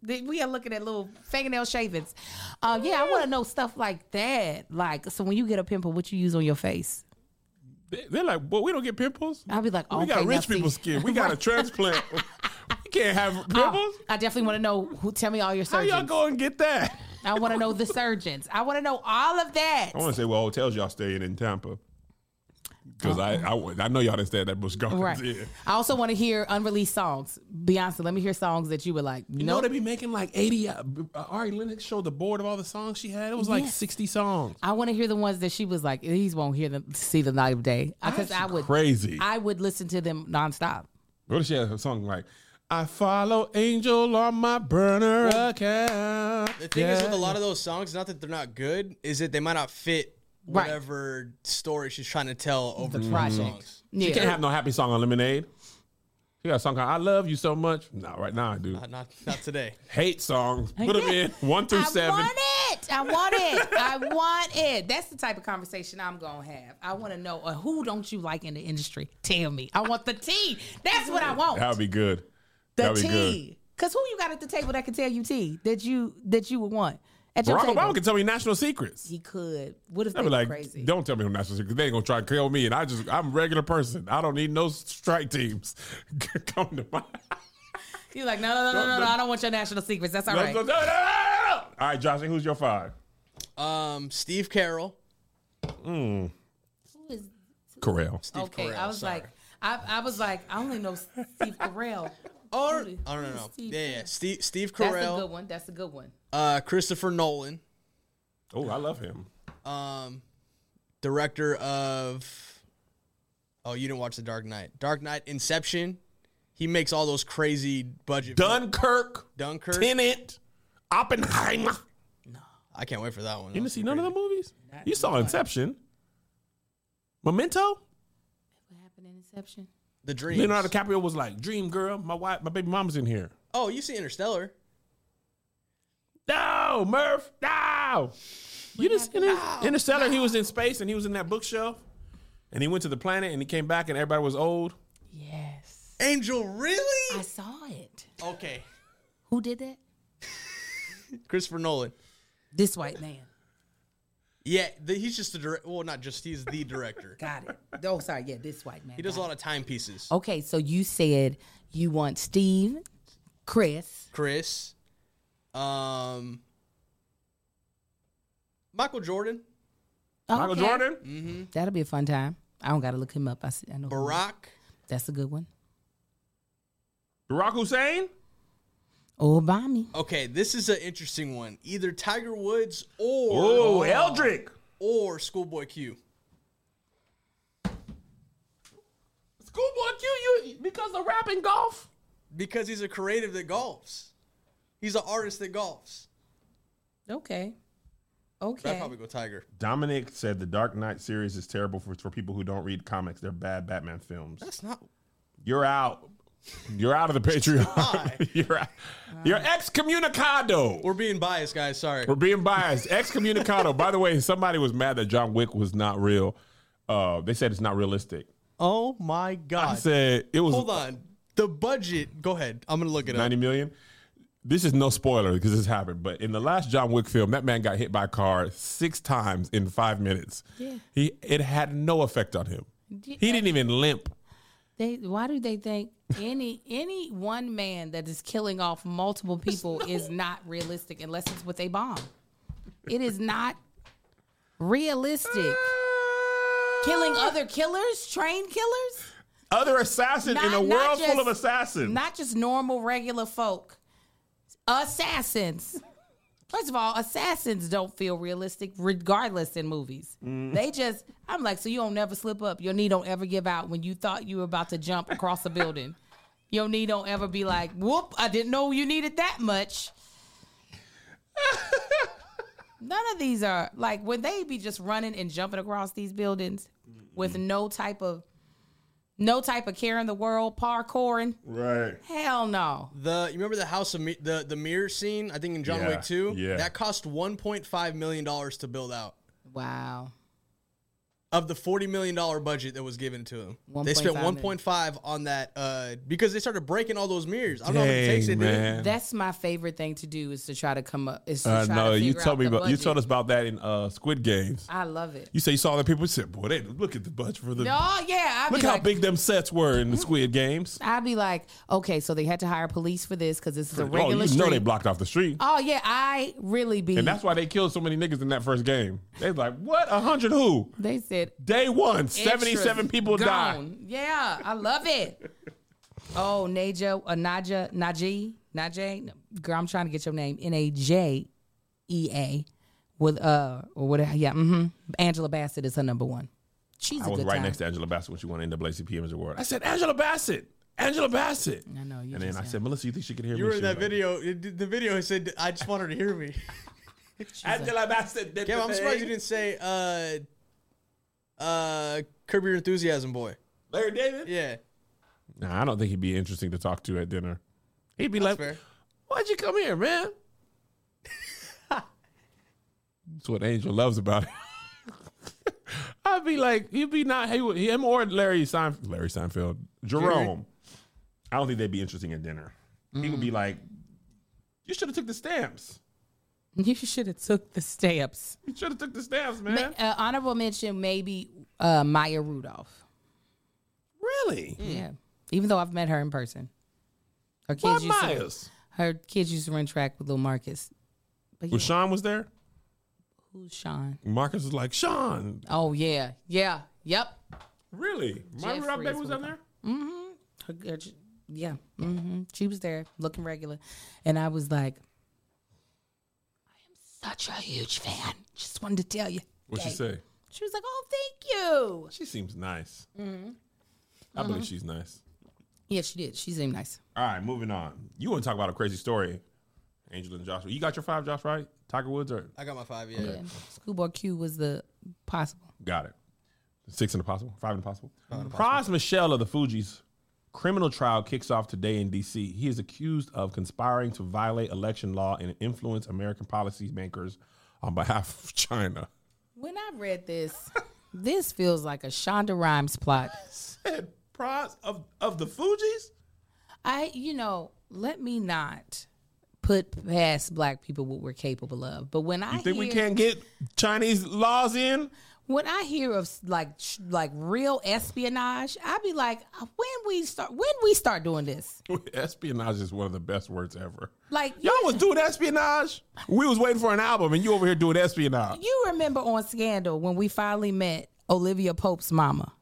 Speaker 2: they- we are looking at little fingernail shavings. Uh, yeah, I want to know stuff like that. Like, so when you get a pimple, what you use on your face?
Speaker 1: They- They're like, well, we don't get pimples.
Speaker 2: I'll be like, okay,
Speaker 1: we got
Speaker 2: now
Speaker 1: rich
Speaker 2: see.
Speaker 1: people skin. We
Speaker 2: <laughs>
Speaker 1: got a transplant. we can't have
Speaker 2: Oh.
Speaker 1: pimples.
Speaker 2: I definitely want to know who. Tell me all your
Speaker 1: How
Speaker 2: surgeons.
Speaker 1: y'all go and get that?
Speaker 2: I want to know the surgeons. I want to know all of that.
Speaker 1: I want to say, well, hotels y'all staying in Tampa. Because I, I, I know y'all didn't stay at that Bush Gardens.
Speaker 2: Right.
Speaker 1: Yeah.
Speaker 2: I also want to hear unreleased songs. Beyonce, let me hear songs that you were like,
Speaker 1: You
Speaker 2: no.
Speaker 1: know they be making like 80. Uh, uh, Ari Lennox showed the board of all the songs she had. It was like
Speaker 2: Yes.
Speaker 1: 60 songs.
Speaker 2: I want to hear the ones that she was like, these won't hear them see the light of day because I would
Speaker 1: Crazy.
Speaker 2: I would listen to them nonstop.
Speaker 1: what if she had a song like, I follow Angel on my burner account.
Speaker 3: The thing is with a lot of those songs, not that they're not good, is that they might not fit
Speaker 2: Right.
Speaker 3: whatever story she's trying to tell over the
Speaker 2: project.
Speaker 3: songs.
Speaker 1: You
Speaker 2: Yeah,
Speaker 1: can't have no happy song on Lemonade. She got a song called I Love You So Much. No, right now I do.
Speaker 3: Not, not, not today.
Speaker 1: Hate songs. Put them in. One through
Speaker 2: I
Speaker 1: seven.
Speaker 2: want it. I want it. I want it. That's the type of conversation I'm gonna have. I want to know uh, who don't you like in the industry? Tell me. I want the tea. That's what I want.
Speaker 1: That would be good.
Speaker 2: the
Speaker 1: That'd be good.
Speaker 2: tea. Cause who you got at the table that can tell you tea that you that you would want at your
Speaker 1: Barack
Speaker 2: table?
Speaker 1: Obama can tell me national secrets.
Speaker 2: he could. What
Speaker 1: I'd
Speaker 2: if they
Speaker 1: be
Speaker 2: were
Speaker 1: like,
Speaker 2: crazy?
Speaker 1: don't tell me no national secrets. They ain't gonna try to kill me, and I just I'm a regular person. I don't need no strike teams <laughs> come to my.
Speaker 2: You're like, no, no, no, no, no, no. I don't want your national secrets. That's all
Speaker 1: No,
Speaker 2: right.
Speaker 1: no, no, no, no, no. All right, Josh, who's your five?
Speaker 3: Um, Steve Carroll.
Speaker 2: Who is-
Speaker 1: Corral.
Speaker 3: Steve
Speaker 2: okay,
Speaker 3: Carell,
Speaker 2: I was
Speaker 3: sorry.
Speaker 2: like, I, I was like, I only know Steve Carell.
Speaker 3: or
Speaker 2: Who the-
Speaker 3: I don't
Speaker 2: who's
Speaker 3: know.
Speaker 2: Steve
Speaker 3: yeah, yeah.
Speaker 2: Carell?
Speaker 3: Steve Steve
Speaker 2: That's a good
Speaker 3: Carell,
Speaker 2: one. That's a good one.
Speaker 3: uh, Christopher Nolan,
Speaker 1: Oh, I love him.
Speaker 3: um, director of. Oh, you didn't watch The Dark Knight. Dark Knight, Inception. He makes all those crazy budget.
Speaker 1: Dunkirk,
Speaker 3: Dunkirk.
Speaker 1: Tenet, Oppenheimer.
Speaker 3: I can't wait for that one.
Speaker 1: You didn't
Speaker 3: That's
Speaker 1: see none of
Speaker 3: crazy.
Speaker 1: the movies. You saw Inception, Memento.
Speaker 2: What happened in Inception?
Speaker 3: The Dream.
Speaker 1: Leonardo DiCaprio was like, "Dream girl, my wife, my baby mama's in here."
Speaker 3: oh, you see Interstellar.
Speaker 1: No, Murph, no. You just in Interstellar. He was in space and he was in that bookshelf, and he went to the planet and he came back and everybody was old.
Speaker 2: Yes,
Speaker 3: Angel,
Speaker 2: I
Speaker 3: really?
Speaker 2: saw it.
Speaker 3: Okay.
Speaker 2: Who did that?
Speaker 3: Christopher Nolan.
Speaker 2: This white man.
Speaker 3: Yeah, the, he's just the director. Well, not just he's
Speaker 2: <laughs>
Speaker 3: the director.
Speaker 2: Got it. Oh, sorry. Yeah, this white man.
Speaker 3: He does a lot of timepieces.
Speaker 2: Okay, so you said you want Steve, Chris.
Speaker 3: Chris, um, Michael Jordan,
Speaker 1: Michael
Speaker 2: Okay.
Speaker 1: Jordan.
Speaker 2: That'll be a fun time. I don't got to look him up. I, see, I know. who-
Speaker 3: Barack.
Speaker 2: That's a good one.
Speaker 1: Barack Hussein.
Speaker 2: Obama.
Speaker 3: Okay, this is an interesting one. Either Tiger Woods or
Speaker 1: Oh, Eldrick.
Speaker 3: or Schoolboy Q.
Speaker 1: Schoolboy Q. You because of rap and golf.
Speaker 3: Because he's a creative that golfs. He's an artist that golfs.
Speaker 2: Okay.
Speaker 3: I'd
Speaker 2: Okay.
Speaker 3: probably go Tiger.
Speaker 1: Dominic said the Dark Knight series is terrible for, for people who don't read comics. They're bad Batman films.
Speaker 3: That's not
Speaker 1: You're out. You're out of the Patreon. <laughs> you're out. You're excommunicado.
Speaker 3: we're being biased, guys. Sorry.
Speaker 1: We're being biased. Excommunicado. By the way, somebody was mad that John Wick was not real. Uh, they said it's not realistic.
Speaker 3: Oh my
Speaker 1: I
Speaker 3: god.
Speaker 1: said it was
Speaker 3: Hold on. The budget. Go ahead. I'm gonna look it up.
Speaker 1: 90 million. This is no spoiler because this happened, but in the last John Wick film, that man got hit by a car six times in five minutes.
Speaker 2: Yeah.
Speaker 1: He it had no effect on him. He didn't even limp.
Speaker 2: They why do they think any any one man that is killing off multiple people
Speaker 3: <laughs>
Speaker 2: is not realistic unless it's with a bomb? It is not realistic. killing other killers, trained killers,
Speaker 1: Other assassin in
Speaker 2: Not-
Speaker 1: a
Speaker 2: not
Speaker 1: world full of
Speaker 2: just-
Speaker 1: assassins.
Speaker 2: not just normal regular folk. Assassins. First of all, assassins don't feel realistic, regardless in movies. They just, I'm like, so you don't never slip up. Your knee don't ever give out when you thought you were about to jump across a building. Your knee don't ever be like, whoop, I didn't know you needed that much. None of these are like when they be just running and jumping across these buildings with no type of no type of care in the world, parkouring.
Speaker 1: Right.
Speaker 2: Hell no.
Speaker 3: The you remember the house of me, the the mirror scene? I think in John
Speaker 1: Yeah,
Speaker 3: Wick two.
Speaker 1: yeah.
Speaker 3: That cost one point five million dollars to build out
Speaker 2: Wow.
Speaker 3: of the forty million dollar budget that was given to him. They
Speaker 2: 1.5
Speaker 3: spent
Speaker 2: million.
Speaker 3: one point five on that uh, because they started breaking all those mirrors. I don't know how many takes they did.
Speaker 2: That's my favorite thing to do is to try to come up. Is to
Speaker 1: Uh,
Speaker 2: try
Speaker 1: no,
Speaker 2: to
Speaker 1: you
Speaker 2: figure out
Speaker 1: told me
Speaker 2: the
Speaker 1: about. You
Speaker 2: budget.
Speaker 1: told us about that in uh, Squid Games.
Speaker 2: I love it.
Speaker 1: You say you saw other people said, "Boy, they look at the budget for the."
Speaker 2: Oh yeah, I'd
Speaker 1: Look
Speaker 2: be
Speaker 1: how
Speaker 2: like,
Speaker 1: big them sets were in the Squid Games.
Speaker 2: I'd be like, okay, so they had to hire police for this because this is a regular
Speaker 1: oh, you
Speaker 2: street.
Speaker 1: know they blocked off the street,
Speaker 2: oh yeah, I really be.
Speaker 1: and that's why they killed so many niggas in that first game. They was like, "What? A hundred who?"
Speaker 2: they said
Speaker 1: Day one,
Speaker 2: extras
Speaker 1: seventy-seven people died.
Speaker 2: gone. Yeah, I love it. <laughs> oh, Naja, uh, Naja, Naji, Najee. No, girl, I'm trying to get your name. N A J E A with uh or what? Yeah, mm-hmm. Angela Bassett is her number one. She's a
Speaker 1: I was
Speaker 2: good
Speaker 1: right
Speaker 2: time.
Speaker 1: next to Angela Bassett when she won the NAACP Image Award. I said, "Angela Bassett, Angela Bassett."
Speaker 2: I know you.
Speaker 1: And then
Speaker 2: just-
Speaker 1: I said, "Melissa, you think she could hear
Speaker 3: You
Speaker 1: me?"
Speaker 3: were
Speaker 1: She
Speaker 3: in that
Speaker 1: was like,
Speaker 3: video. It, the video said, "I just want her to hear me."
Speaker 1: Angela Bassett did.
Speaker 3: Kev,
Speaker 1: the
Speaker 3: I'm surprised you
Speaker 1: thing.
Speaker 3: didn't say uh, uh, Curb Your Enthusiasm, boy.
Speaker 1: Larry David.
Speaker 3: Yeah,
Speaker 1: Nah, I don't think he'd be interesting to talk to at dinner. He'd be like,
Speaker 3: that's fair.
Speaker 1: Why'd you come here, man? That's what Angel loves about it. <laughs> I'd be like, he'd be not he would- him or Larry Seinfeld, Larry Seinfeld, Jerome. I don't think they'd be interesting at dinner. He would be like, "You should have took the stamps.
Speaker 2: <laughs> You should have took the steps.
Speaker 1: You should have took the stamps, man."
Speaker 2: Uh, honorable mention, maybe uh, Maya Rudolph.
Speaker 1: really?
Speaker 2: Yeah, even though I've met her in person. Her kids
Speaker 1: Why
Speaker 2: used to
Speaker 1: Myers?
Speaker 2: her kids used to run track with little Marcus. But yeah,
Speaker 1: When Sean was there,
Speaker 2: who's Sean?
Speaker 1: Marcus was like, "Sean,
Speaker 2: Oh yeah, yeah, yep.
Speaker 1: really? My
Speaker 2: Jeffrey
Speaker 1: Rob
Speaker 2: is
Speaker 1: baby was
Speaker 2: what
Speaker 1: down there."
Speaker 2: Her, her- yeah, hmm she was there looking regular, and I was like, I am such a huge fan. Just wanted to tell you.
Speaker 1: What'd she say?
Speaker 2: She was like, oh, thank you.
Speaker 1: She seems nice. I believe she's nice.
Speaker 2: Yeah, she did. She seemed nice.
Speaker 1: All right, moving on. You want to talk about a crazy story, Angel and Joshua? You got your five, Josh, right? Tiger Woods or
Speaker 3: I got my five. Yeah.
Speaker 2: Yeah. Schoolboy Q was the possible.
Speaker 1: got it? Six and possible, five and possible. Proz Michelle of the Fugees criminal trial kicks off today in D.C. He is accused of conspiring to violate election law and influence American policymakers on behalf of <laughs> China.
Speaker 2: When I read this, <laughs> this feels like a Shonda Rhimes plot.
Speaker 1: Said Proz of of the Fugees.
Speaker 2: I, you know, let me not put past black people what we're capable of. But when I
Speaker 1: You think
Speaker 2: hear,
Speaker 1: we can't get Chinese laws in?
Speaker 2: when I hear of like sh- like real espionage, I be like, "Uh, when we start when we start doing this,
Speaker 1: <laughs> Espionage is one of the best words ever.
Speaker 2: like
Speaker 1: Y'all was doing espionage. We was waiting for an album, and you over here doing espionage.
Speaker 2: You remember on Scandal when we finally met Olivia Pope's mama.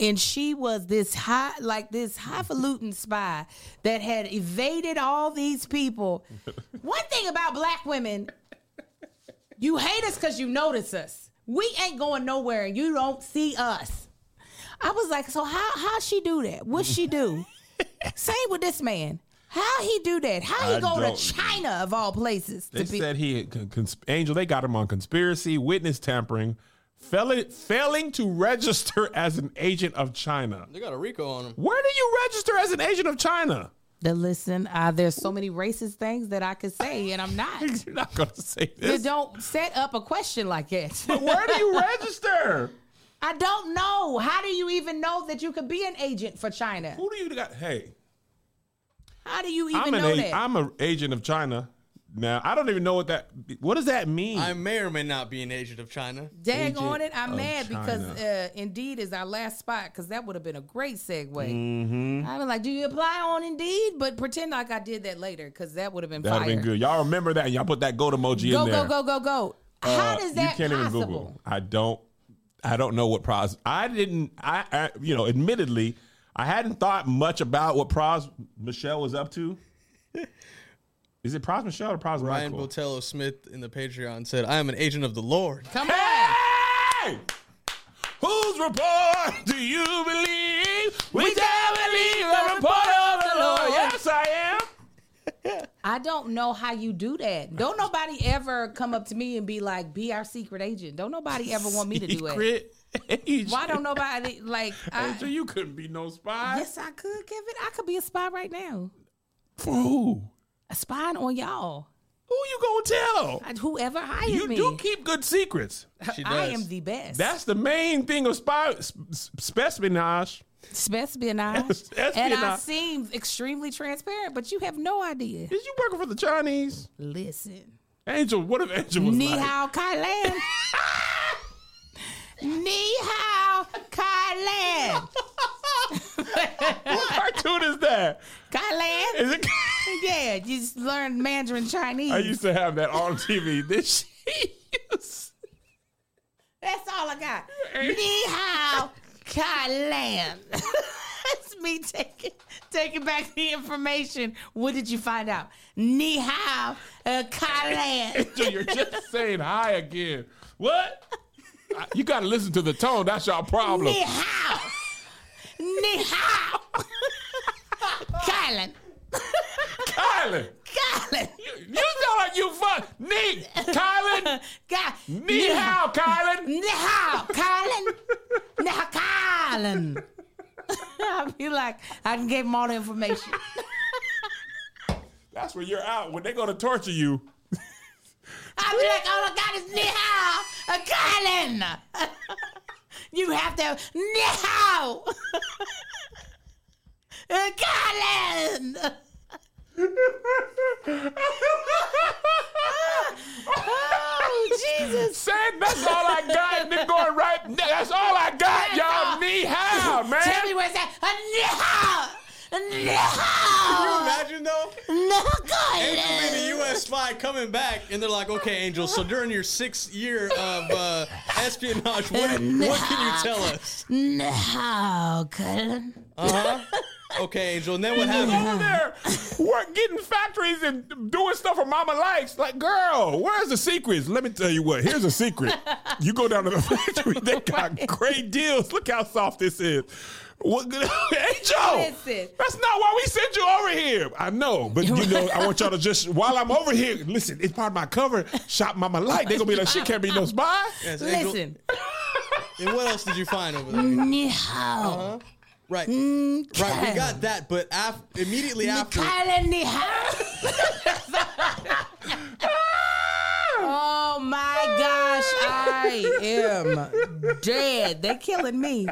Speaker 2: And she was this high, like this highfalutin spy that had evaded all
Speaker 1: <laughs>
Speaker 2: these people. One thing about black women, you hate us because you notice us. We ain't going nowhere. and You don't see us. I was like, so how how she do that? What
Speaker 1: <laughs>
Speaker 2: she do? Same with this man. How he do that? How he
Speaker 1: I
Speaker 2: go
Speaker 1: don't-
Speaker 2: to China of all places?
Speaker 1: They
Speaker 2: to be,
Speaker 1: said he con- cons- Angel. They got him on conspiracy, witness tampering, failing failing to register <laughs> as an agent of China.
Speaker 3: They got a Rico on him.
Speaker 1: Where do you register as an agent of China? <laughs>
Speaker 2: The listen, uh, there's so many racist things that I could say, and I'm not.
Speaker 1: You're not gonna say
Speaker 2: You
Speaker 1: this.
Speaker 2: don't set up a question like that.
Speaker 1: Where do you register?
Speaker 2: <laughs> I don't know. How do you even know that you could be an agent for China?
Speaker 1: Who do you got? Hey,
Speaker 2: How do you even
Speaker 1: I'm an
Speaker 2: know
Speaker 1: a-
Speaker 2: that?
Speaker 1: I'm an agent of China. Now I don't even know what that. What does that mean?
Speaker 3: I may or may not be an agent of China.
Speaker 2: Dag
Speaker 1: agent
Speaker 2: on it, I'm
Speaker 1: of
Speaker 2: mad because uh,
Speaker 1: China.
Speaker 2: Indeed is our last spot because that would have been a great segue.
Speaker 1: Mm-hmm.
Speaker 2: I was like, do you apply on Indeed? But pretend like I did that later because that would have been
Speaker 1: That'd
Speaker 2: fire.
Speaker 1: have been good. Y'all remember that? Y'all put that goat emoji
Speaker 2: Go,
Speaker 1: in there.
Speaker 2: go, go, go, go.
Speaker 1: Uh,
Speaker 2: How does that
Speaker 1: you can't
Speaker 2: possible?
Speaker 1: even google i don't i don't know what pros i didn't I, I you know admittedly i hadn't thought much about what pros michelle was up to <laughs> Is it Props Michelle or Props
Speaker 3: Ryan
Speaker 1: Michael?
Speaker 3: Botello Smith in the Patreon said, "I am an agent of the Lord."
Speaker 2: Come on.
Speaker 1: Hey! Whose report do you believe? We, shall believe the report of the Lord. Yes, I am.
Speaker 2: I don't know how you do that. Don't nobody ever come up to me and be like, "Be our secret agent." Don't nobody ever want me to do it.
Speaker 1: Secret agent.
Speaker 2: Why don't nobody like?
Speaker 1: Angel,
Speaker 2: I,
Speaker 1: you couldn't be no spy.
Speaker 2: yes, I could, Kevin. I could be a spy right now.
Speaker 1: For who?
Speaker 2: A spy on y'all.
Speaker 1: Who you gonna tell?
Speaker 2: I- Whoever hired
Speaker 1: You
Speaker 2: me,
Speaker 1: do keep good secrets.
Speaker 3: She
Speaker 2: I
Speaker 3: does.
Speaker 2: am the best.
Speaker 1: That's the main thing of spy sp- espionage.
Speaker 2: espionage,
Speaker 1: Espionage.
Speaker 2: and I seem extremely transparent, but you have no idea.
Speaker 1: Is you working for the Chinese?
Speaker 2: Listen,
Speaker 1: Angel, what if Angel was
Speaker 2: ni
Speaker 1: like?
Speaker 2: hao Kai
Speaker 1: <laughs>
Speaker 2: Lan. Ni hao Kai Lan.
Speaker 1: What cartoon is that?
Speaker 2: Kai Lan.
Speaker 1: Is it? <laughs>
Speaker 2: Yeah, you just learn Mandarin Chinese.
Speaker 1: I used to have that on TV. This <laughs> she used.
Speaker 2: That's all I got. Ni hao, Kai <laughs> Lam. That's me taking taking back the information. What did you find out? Ni hao, uh, Kai Lam.
Speaker 1: Angel, you're
Speaker 2: <laughs>
Speaker 1: just saying hi again. What? I- You gotta listen to the tone. That's your problem.
Speaker 2: Ni hao, ni hao, Kai Lan,
Speaker 1: Kylan,
Speaker 2: Kai Lan,
Speaker 1: you sound like you fuck Nick.
Speaker 2: <laughs>
Speaker 1: Kylan,
Speaker 2: Kai-
Speaker 1: me how Kylan?
Speaker 2: Ni hao, Kai Lan, ni hao, Kai Lan. <laughs> I'll be like, I can give them all the information.
Speaker 1: That's where you're out when they gonna torture you.
Speaker 2: I'll be like, all I got is ni hao, a Kylan. <laughs> you have to ni hao, <laughs> a Kylan. oh, Jesus.
Speaker 1: Saying that's all I got. Nick going right. That's all I got, y'all. Me how, man?
Speaker 2: Tell me where's that. A ni hao, a ni hao,
Speaker 3: Imagine though,
Speaker 2: ni hao
Speaker 3: Angel
Speaker 2: Kylan.
Speaker 3: being a U.S. spy coming back, and they're like, "Okay, Angel. So during your sixth year
Speaker 2: <laughs>
Speaker 3: of uh, espionage, what, what can you tell us?"
Speaker 2: Ni hao, Kylan.
Speaker 3: Uh huh. Okay, Angel. And then what happened?
Speaker 1: over there work getting factories and doing stuff for mama likes. Like, girl, where's the secrets? Let me tell you what, here's a secret. You go down to the <laughs> factory, they got great deals. Look how soft this is. What <laughs> good Angel?
Speaker 2: Listen.
Speaker 1: That's not why we sent you over here. I know, but you know, I want y'all to just while I'm over here, listen, it's part of my cover. Shop Mama Like. They gonna be like, she can't be no spy.
Speaker 3: Yes, Angel.
Speaker 2: Listen.
Speaker 3: And what else did you find over there?
Speaker 2: Ni hao,
Speaker 3: Right.
Speaker 2: mm,
Speaker 3: Right, we
Speaker 2: Kylan.
Speaker 3: got that, but af- immediately after,
Speaker 2: Kylan ni hao. Oh my gosh, I am dead. They're killing me.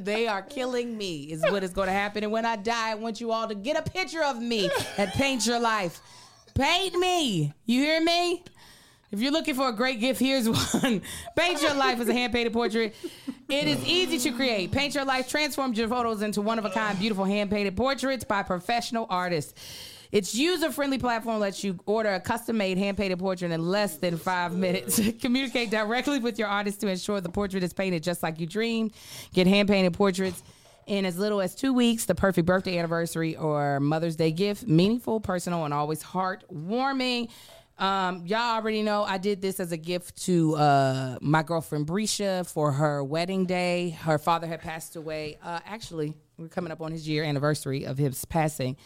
Speaker 2: They are killing me, is what is going to happen. And when I die, I want you all to get a picture of me and paint your life. Paint me. You hear me? If you're looking for a great gift, here's <laughs> one. Paint Your Life is a hand painted portrait. It is easy to create. Paint Your Life transforms your photos into one of a kind, beautiful hand painted portraits by professional artists. Its user friendly platform lets you order a custom made hand painted portrait in less than five minutes. <laughs> Communicate directly with your artist to ensure the portrait is painted just like you dreamed. Get hand painted portraits in as little as two weeks, the perfect birthday anniversary or Mother's Day gift, meaningful, personal, and always heartwarming. Um, y'all already know I did this as a gift to uh, my girlfriend Brescia for her wedding day. Her father had passed away. Uh, actually, we're coming up on his year anniversary of his passing.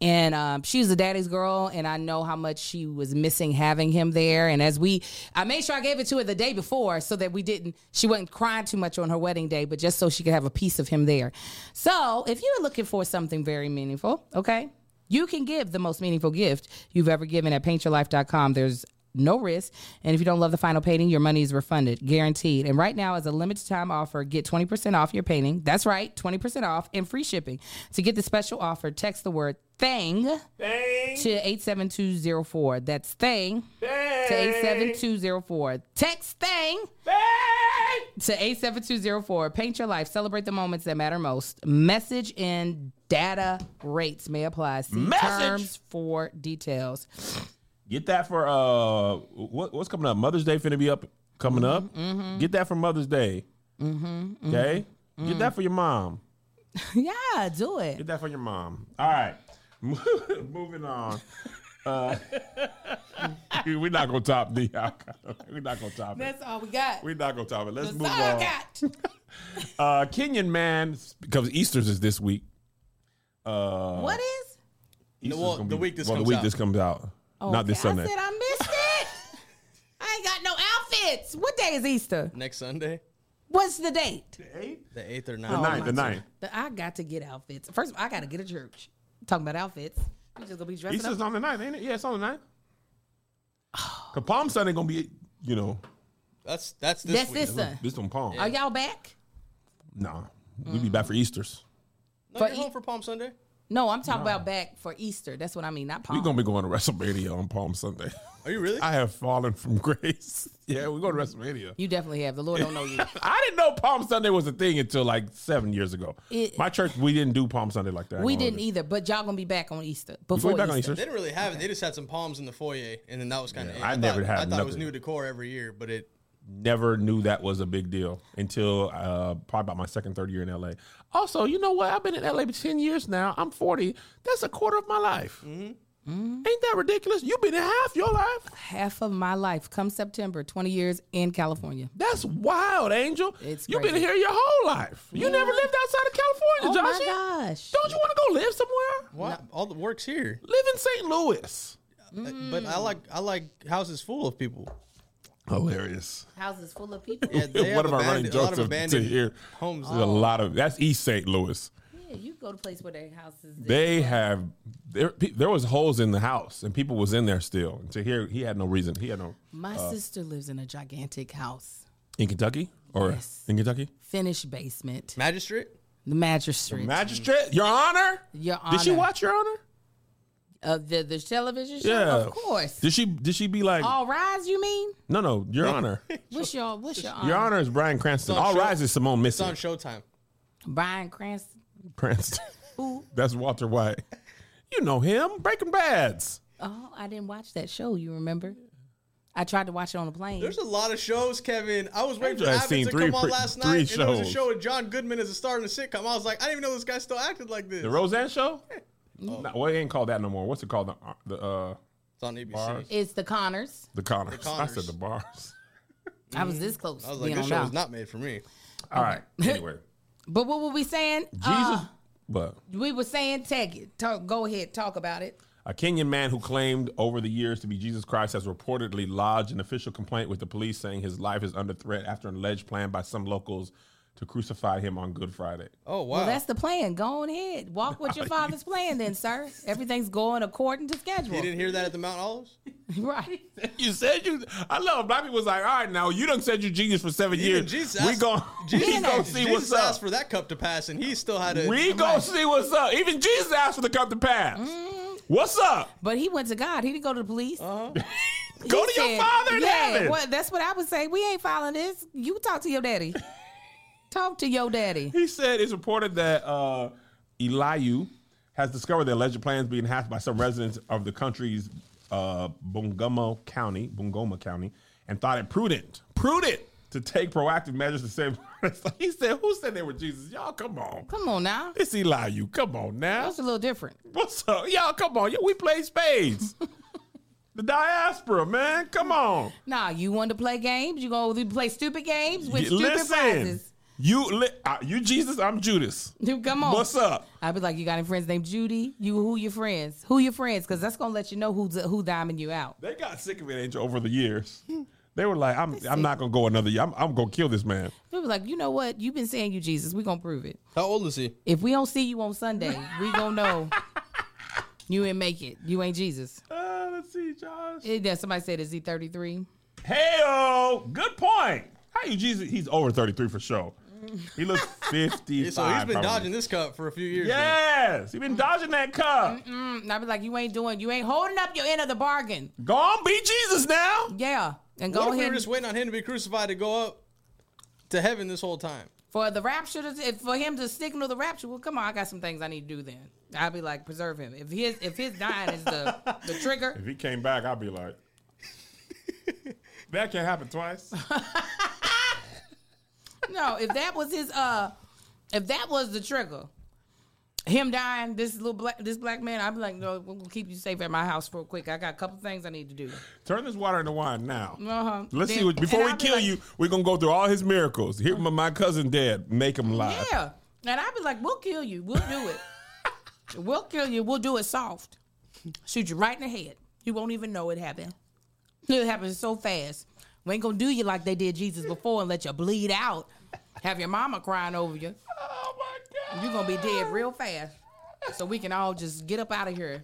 Speaker 2: And um, she was a daddy's girl, and I know how much she was missing having him there. And as we, I made sure I gave it to her the day before so that we didn't, she wasn't crying too much on her wedding day, but just so she could have a piece of him there. So if you're looking for something very meaningful, okay, you can give the most meaningful gift you've ever given at paintyourlife.com. There's no risk. And if you don't love the final painting, your money is refunded, guaranteed. And right now, as a limited time offer, get 20% off your painting. That's right, 20% off and free shipping. To get the special offer, text the word thing
Speaker 1: Dang,
Speaker 2: to 87204. That's thing to 87204. Text thing
Speaker 1: dang.
Speaker 2: to 87204. Paint your life. Celebrate the moments that matter most. Message and data rates may apply. See
Speaker 1: Message.
Speaker 2: terms for details. <laughs>
Speaker 1: Get that for uh, what, what's coming up? Mother's Day finna be up coming up.
Speaker 2: Mm-hmm,
Speaker 1: Get that for Mother's Day. Mm-hmm, okay, get
Speaker 2: Mm.
Speaker 1: that for your mom.
Speaker 2: yeah, do it.
Speaker 1: Get that for your mom. All right, <laughs> moving on. <laughs> We're not gonna top the We're not gonna top it.
Speaker 2: That's all we got.
Speaker 1: We're not gonna top it. Let's
Speaker 2: That's
Speaker 1: move
Speaker 2: all I
Speaker 1: on.
Speaker 2: got.
Speaker 1: Uh, Kenyan man, because Easter's is this week. Uh,
Speaker 2: <laughs> What is?
Speaker 1: Easter's
Speaker 3: well,
Speaker 1: gonna
Speaker 3: the week this
Speaker 1: well,
Speaker 3: comes
Speaker 1: the week
Speaker 3: out.
Speaker 1: this comes out, not this
Speaker 2: Okay,
Speaker 1: Sunday.
Speaker 2: I said I missed it. I ain't got no outfits. What day is Easter?
Speaker 3: Next Sunday,
Speaker 2: What's the date?
Speaker 3: the eighth or
Speaker 1: the
Speaker 2: Oh
Speaker 3: ninth.
Speaker 1: ninth, the ninth.
Speaker 2: The- I got to get outfits. First, of all, I got to get a church. Talking about outfits, we just gonna be dressing
Speaker 1: Easter's
Speaker 2: up.
Speaker 1: on the ninth, ain't it? Yeah, it's on the ninth. Cause Palm Sunday gonna be, you know,
Speaker 3: That's that's this
Speaker 2: That's
Speaker 3: week.
Speaker 2: this Sunday.
Speaker 1: this on Palm.
Speaker 2: Are y'all back?
Speaker 1: Nah, we'll be back for Easter's.
Speaker 3: No,
Speaker 2: For
Speaker 3: you're
Speaker 2: E-
Speaker 3: home for Palm Sunday.
Speaker 2: No, I'm talking about back for Easter. That's what I mean, not
Speaker 1: We're
Speaker 2: Palm.
Speaker 1: gonna be going to WrestleMania on Palm Sunday. <laughs>
Speaker 3: Are you really?
Speaker 1: I have fallen from <laughs> grace. Yeah, we're going to WrestleMania.
Speaker 2: you definitely have. The Lord don't know
Speaker 1: <laughs>
Speaker 2: you.
Speaker 1: I didn't know Palm Sunday was a thing until like seven years ago.
Speaker 2: It-
Speaker 1: My church, we didn't do Palm Sunday like that.
Speaker 2: we didn't either, but y'all gonna be back on Easter
Speaker 1: We're
Speaker 2: before
Speaker 1: back
Speaker 2: Easter.
Speaker 1: on Easter.
Speaker 3: they didn't really have it. They just had some palms in the foyer, and then that was kind of.
Speaker 1: Yeah,
Speaker 3: it.
Speaker 1: I never
Speaker 3: thought,
Speaker 1: had
Speaker 3: I thought it was
Speaker 1: nothing.
Speaker 3: new decor every year, but it.
Speaker 1: Never knew that was a big deal until uh, probably about my second, third year in LA. Also, you know what? I've been in LA for ten years now. I'm forty. That's a quarter of my life. Mm-hmm. Ain't that ridiculous? You've been in half your life.
Speaker 2: Half of my life, come September, 20 years in California.
Speaker 1: That's wild, Angel.
Speaker 2: It's
Speaker 1: You've been
Speaker 2: crazy.
Speaker 1: here your whole life. You never lived outside of California,
Speaker 2: oh
Speaker 1: Josh.
Speaker 2: my gosh!
Speaker 1: Don't you want to go live somewhere?
Speaker 3: What? All the works here,
Speaker 1: Live in St. Louis.
Speaker 3: Uh, but
Speaker 2: Mm.
Speaker 3: I like I like houses full
Speaker 1: <laughs>
Speaker 3: of people.
Speaker 1: Hilarious.
Speaker 2: Houses full of
Speaker 1: <laughs>
Speaker 2: people.
Speaker 3: Yeah, they
Speaker 1: One
Speaker 3: have
Speaker 1: of Oh. our running
Speaker 3: abandoned- a lot
Speaker 1: jokes
Speaker 3: of
Speaker 1: to, to
Speaker 3: abandoned
Speaker 1: hear.
Speaker 3: homes.
Speaker 1: There's a
Speaker 2: Oh.
Speaker 1: lot of that's East St. Louis.
Speaker 2: Yeah, you go to a place where their houses.
Speaker 1: They have there. pe- There was holes in the house, and people was in there still. To hear, he had no reason. He had no
Speaker 2: My sister lives in a gigantic house,
Speaker 1: in Kentucky or
Speaker 2: Yes.
Speaker 1: in Kentucky.
Speaker 2: finished basement,
Speaker 3: Magistrate.
Speaker 2: the magistrate.
Speaker 1: Magistrate, Your Honor.
Speaker 2: Your
Speaker 1: Did she
Speaker 2: Honor.
Speaker 1: watch Your Honor?
Speaker 2: Uh, the the television show,
Speaker 1: Yeah,
Speaker 2: of course.
Speaker 1: Did she? Did she be like?
Speaker 2: All rise, you mean?
Speaker 1: No, no, Your Honor.
Speaker 2: What's your what's your,
Speaker 1: Your
Speaker 2: honor?
Speaker 1: Honor is Brian Cranston.
Speaker 3: It's on
Speaker 1: All
Speaker 3: show-
Speaker 1: rise is Simone
Speaker 3: It's on
Speaker 1: Missy.
Speaker 3: Showtime.
Speaker 2: Brian um, Cranston.
Speaker 1: Cranston. <laughs> That's Walter White. You know him, Breaking Bad's.
Speaker 2: Oh, I didn't watch that show. You remember? I tried to watch it on the plane.
Speaker 3: There's a lot of shows, Kevin. I was waiting for
Speaker 1: I've seen
Speaker 3: Abbott to
Speaker 1: three
Speaker 3: come on
Speaker 1: pre-
Speaker 3: last
Speaker 1: three
Speaker 3: night, and there was a
Speaker 1: shows.
Speaker 3: show with John Goodman as a star in a sitcom. I was like, I didn't even know this guy still acted like this.
Speaker 1: The Roseanne Show? No, well, it ain't called that no more. What's it called? The the uh,
Speaker 3: it's on ABC.
Speaker 1: Bars.
Speaker 2: it's the Connors.
Speaker 1: the Connors.
Speaker 3: Connors.
Speaker 1: I said the bars.
Speaker 2: I was this close.
Speaker 3: Mm-hmm. I was
Speaker 2: to
Speaker 3: like,
Speaker 2: being
Speaker 3: this
Speaker 2: on
Speaker 3: show
Speaker 2: that.
Speaker 3: is not made for me.
Speaker 1: All right. Anyway,
Speaker 2: But what were we saying? Jesus.
Speaker 1: Jesus. But
Speaker 2: we were saying, take it. Talk, go ahead, talk about it.
Speaker 1: a Kenyan man who claimed over the years to be Jesus Christ has reportedly lodged an official complaint with the police saying his life is under threat after an alleged plan by some locals to crucify him on Good Friday.
Speaker 3: Oh wow,
Speaker 2: Well, that's the plan. Go on ahead. Walk
Speaker 3: <laughs>
Speaker 2: with your father's plan, then, sir. Everything's going according to
Speaker 3: you
Speaker 2: schedule.
Speaker 3: didn't hear that at the Mount Olives?
Speaker 2: <laughs> Right.
Speaker 1: <laughs> You said you. I love black people. Was like, all right, now you done said you Jesus for seven
Speaker 3: Even
Speaker 1: years.
Speaker 3: Jesus
Speaker 1: we <laughs>
Speaker 3: asked-
Speaker 1: gon' we
Speaker 3: Jesus,
Speaker 1: gon' <laughs> see
Speaker 3: Jesus
Speaker 1: what's up.
Speaker 3: asked for that cup to pass, and he still had a.
Speaker 1: we gon' see what's up. Even Jesus asked for the cup to pass. What's up?
Speaker 2: But he went to God. He didn't go to the police.
Speaker 1: Go to your
Speaker 2: said,
Speaker 1: father in heaven.
Speaker 2: Well, that's what I would say. We ain't following this. You talk to
Speaker 1: <laughs>
Speaker 2: your daddy. talk to your daddy.
Speaker 1: He said it's reported that uh, Eliu has discovered the alleged plans being hacked by some residents of the country's uh, Bungoma County, Bungoma County, and thought it prudent, prudent to take proactive measures to save. <laughs> he said, "Who said they were Jesus? Y'all, come on."
Speaker 2: Come on now.
Speaker 1: It's Eliu. Come on now.
Speaker 2: That's a little different.
Speaker 1: What's up? Y'all, come on. Yo, we play spades. <laughs> the diaspora, man. Come on.
Speaker 2: Nah, you want to play games? You go play stupid games with
Speaker 1: Y-
Speaker 2: stupid prizes.
Speaker 1: You, li- uh, you Jesus, I'm Judas.
Speaker 2: Dude, Come on.
Speaker 1: What's up?
Speaker 2: I'd be like, you got any friends named Judy? You who your friends? Who your friends? Because that's gonna let you know who's who diming you out.
Speaker 1: They got sick of it, Angel, over the
Speaker 2: <laughs>
Speaker 1: years. They were like, I'm, I'm not going to go another year. I'm, I'm going to kill this man.
Speaker 2: People like, you know what? You've been saying you Jesus. We gonna prove it.
Speaker 3: How old is he?
Speaker 2: If we don't see you on Sunday, we
Speaker 1: <laughs>
Speaker 2: gonna know you ain't make it. You ain't Jesus.
Speaker 1: Uh, let's see, Josh.
Speaker 2: It, yeah, somebody said, is he thirty three?
Speaker 1: Hey, good point. How you, Jesus? He's over 33 for sure.
Speaker 2: Mm.
Speaker 1: He
Speaker 2: <laughs>
Speaker 1: looks 55.
Speaker 3: So he's been
Speaker 1: probably.
Speaker 3: dodging this cup for a few years. now.
Speaker 1: Yes, he been dodging that cup.
Speaker 2: And I'd be like, you ain't doing. You ain't holding up your end of the bargain.
Speaker 1: Go on, be Jesus
Speaker 2: <laughs>
Speaker 1: now.
Speaker 2: Yeah, and
Speaker 3: What
Speaker 2: go
Speaker 3: if we
Speaker 2: ahead
Speaker 3: were just waiting on him to be crucified to go up to heaven this whole time?
Speaker 2: for the rapture. To, for him to signal the rapture. Well, come on, I got some things I need to do. Then I'd be like, preserve him. If his if his dying is the the trigger.
Speaker 3: <laughs>
Speaker 1: If he came back, I'd be like, that can happen
Speaker 2: <laughs>
Speaker 1: twice.
Speaker 2: No, if that was his uh if that was the trigger him dying, this little black, this black man, I'd be like, no, we're gonna keep you safe at my house real quick. I got a couple things I need to do.
Speaker 1: Turn this water into wine now.
Speaker 2: Uh-huh.
Speaker 1: Let's
Speaker 2: Then-
Speaker 1: see what before
Speaker 2: and
Speaker 1: we
Speaker 2: I'd be
Speaker 1: kill
Speaker 2: like-
Speaker 1: you, we're gonna go through all his miracles. Here, my, my cousin dead. Make him live.
Speaker 2: Yeah, and I'd be like, we'll kill you. We'll do it. we'll kill you. We'll do it soft. Shoot you right in the head. You won't even know it happened. It happened so fast. We ain't gonna do you like they did Jesus before and let you bleed out. Have your mama crying over you.
Speaker 1: Oh my god.
Speaker 2: You're gonna be dead real fast. So we can all just get up out of here.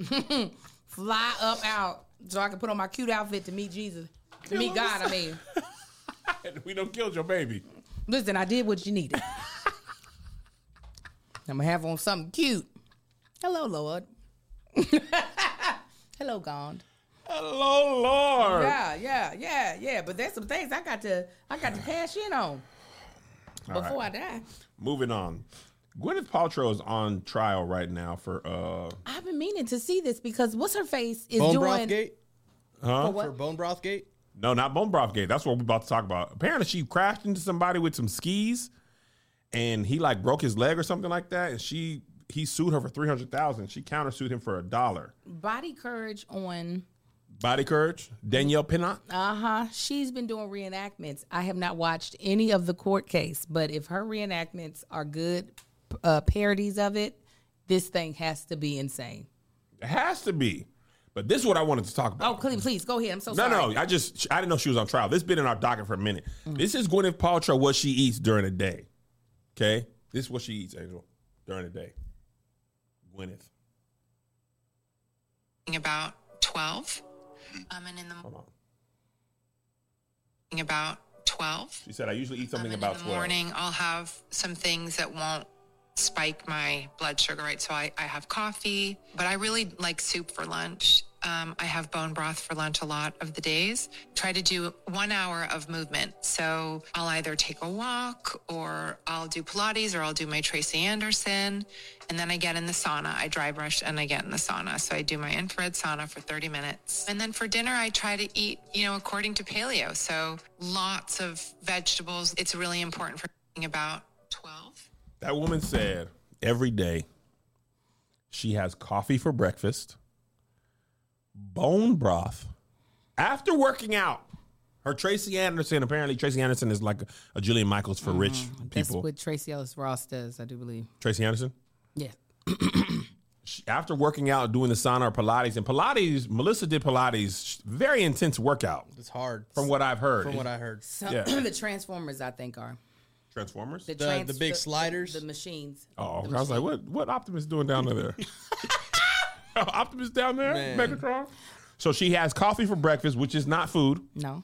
Speaker 2: <laughs> Fly up out so I can put on my cute outfit to meet Jesus. To meet God, I mean.
Speaker 1: <laughs> We don't kill your baby.
Speaker 2: Listen, I did what you <laughs> needed. I'm gonna have on something cute. Hello, Lord. <laughs> Hello, God.
Speaker 1: Hello, Lord.
Speaker 2: Yeah, yeah, yeah, yeah. But there's some things I got to I got to cash in on
Speaker 1: All
Speaker 2: before
Speaker 1: right.
Speaker 2: I die.
Speaker 1: Moving on. Gwyneth Paltrow is on trial right now for uh
Speaker 2: I've been meaning to see this because what's her face is
Speaker 3: Bone
Speaker 2: doing
Speaker 3: broth gate
Speaker 1: huh?
Speaker 2: what?
Speaker 3: for bone broth gate.
Speaker 1: No, not bone broth gate. That's what we're about to talk about. Apparently, she crashed into somebody with some skis, and he like broke his leg or something like that. And she he sued her for three hundred thousand. She countersued him for a dollar.
Speaker 2: body courage on
Speaker 1: Body courage, Danielle Pinnock.
Speaker 2: uh-huh she's been doing reenactments i have not watched any of the court case but if her reenactments are good uh, parodies of it this thing has to be insane
Speaker 1: It has to be. But this is what I wanted to talk about.
Speaker 2: oh please, please go ahead i'm so
Speaker 1: No,
Speaker 2: sorry Mm.
Speaker 1: no, I just I didn't know she was on trial. This been in our docket for a minute. This is Gwyneth Paltrow what she eats during the day. Okay, this is what she eats, Angel, during the day. Gwyneth,
Speaker 5: About 12. Um, and in the
Speaker 1: hold on.
Speaker 5: morning, about 12.
Speaker 1: She said I usually eat something
Speaker 5: Um, and
Speaker 1: about
Speaker 5: in the
Speaker 1: twelve.
Speaker 5: morning, I'll have some things that won't spike my blood sugar, right? So I, I have coffee, but I really like soup for lunch. Um, I have bone broth for lunch a lot of the days. Try to do one hour of movement. So I'll either take a walk or I'll do Pilates or I'll do my Tracy Anderson. And then I get in the sauna. I dry brush and I get in the sauna. So I do my infrared sauna for 30 minutes. And then for dinner, I try to eat, you know, according to paleo. So lots of vegetables. It's really important for eating about 12.
Speaker 1: That woman said every day she has coffee for breakfast, bone broth after working out. Her Tracy Anderson, apparently Tracy Anderson is like a, Julian Michaels for rich
Speaker 2: Mm, that's
Speaker 1: people.
Speaker 2: what tracy ellis ross does i do believe
Speaker 1: Tracy Anderson?
Speaker 2: yeah
Speaker 1: she- after working out, doing the sauna or Pilates, and Pilates, Melissa did Pilates, very intense workout
Speaker 3: It's hard.
Speaker 1: from what I've heard.
Speaker 3: from what I heard.
Speaker 2: so
Speaker 1: Yeah.
Speaker 2: <clears throat> the transformers i think are
Speaker 1: Transformers.
Speaker 2: the,
Speaker 3: The- the big sliders?
Speaker 2: the, machines
Speaker 1: Oh, I was like, what? What Optimus doing down
Speaker 2: <laughs>
Speaker 1: there? <laughs> Optimus down there,
Speaker 3: Man.
Speaker 1: Megatron. So she has coffee for breakfast, which is not food.
Speaker 2: no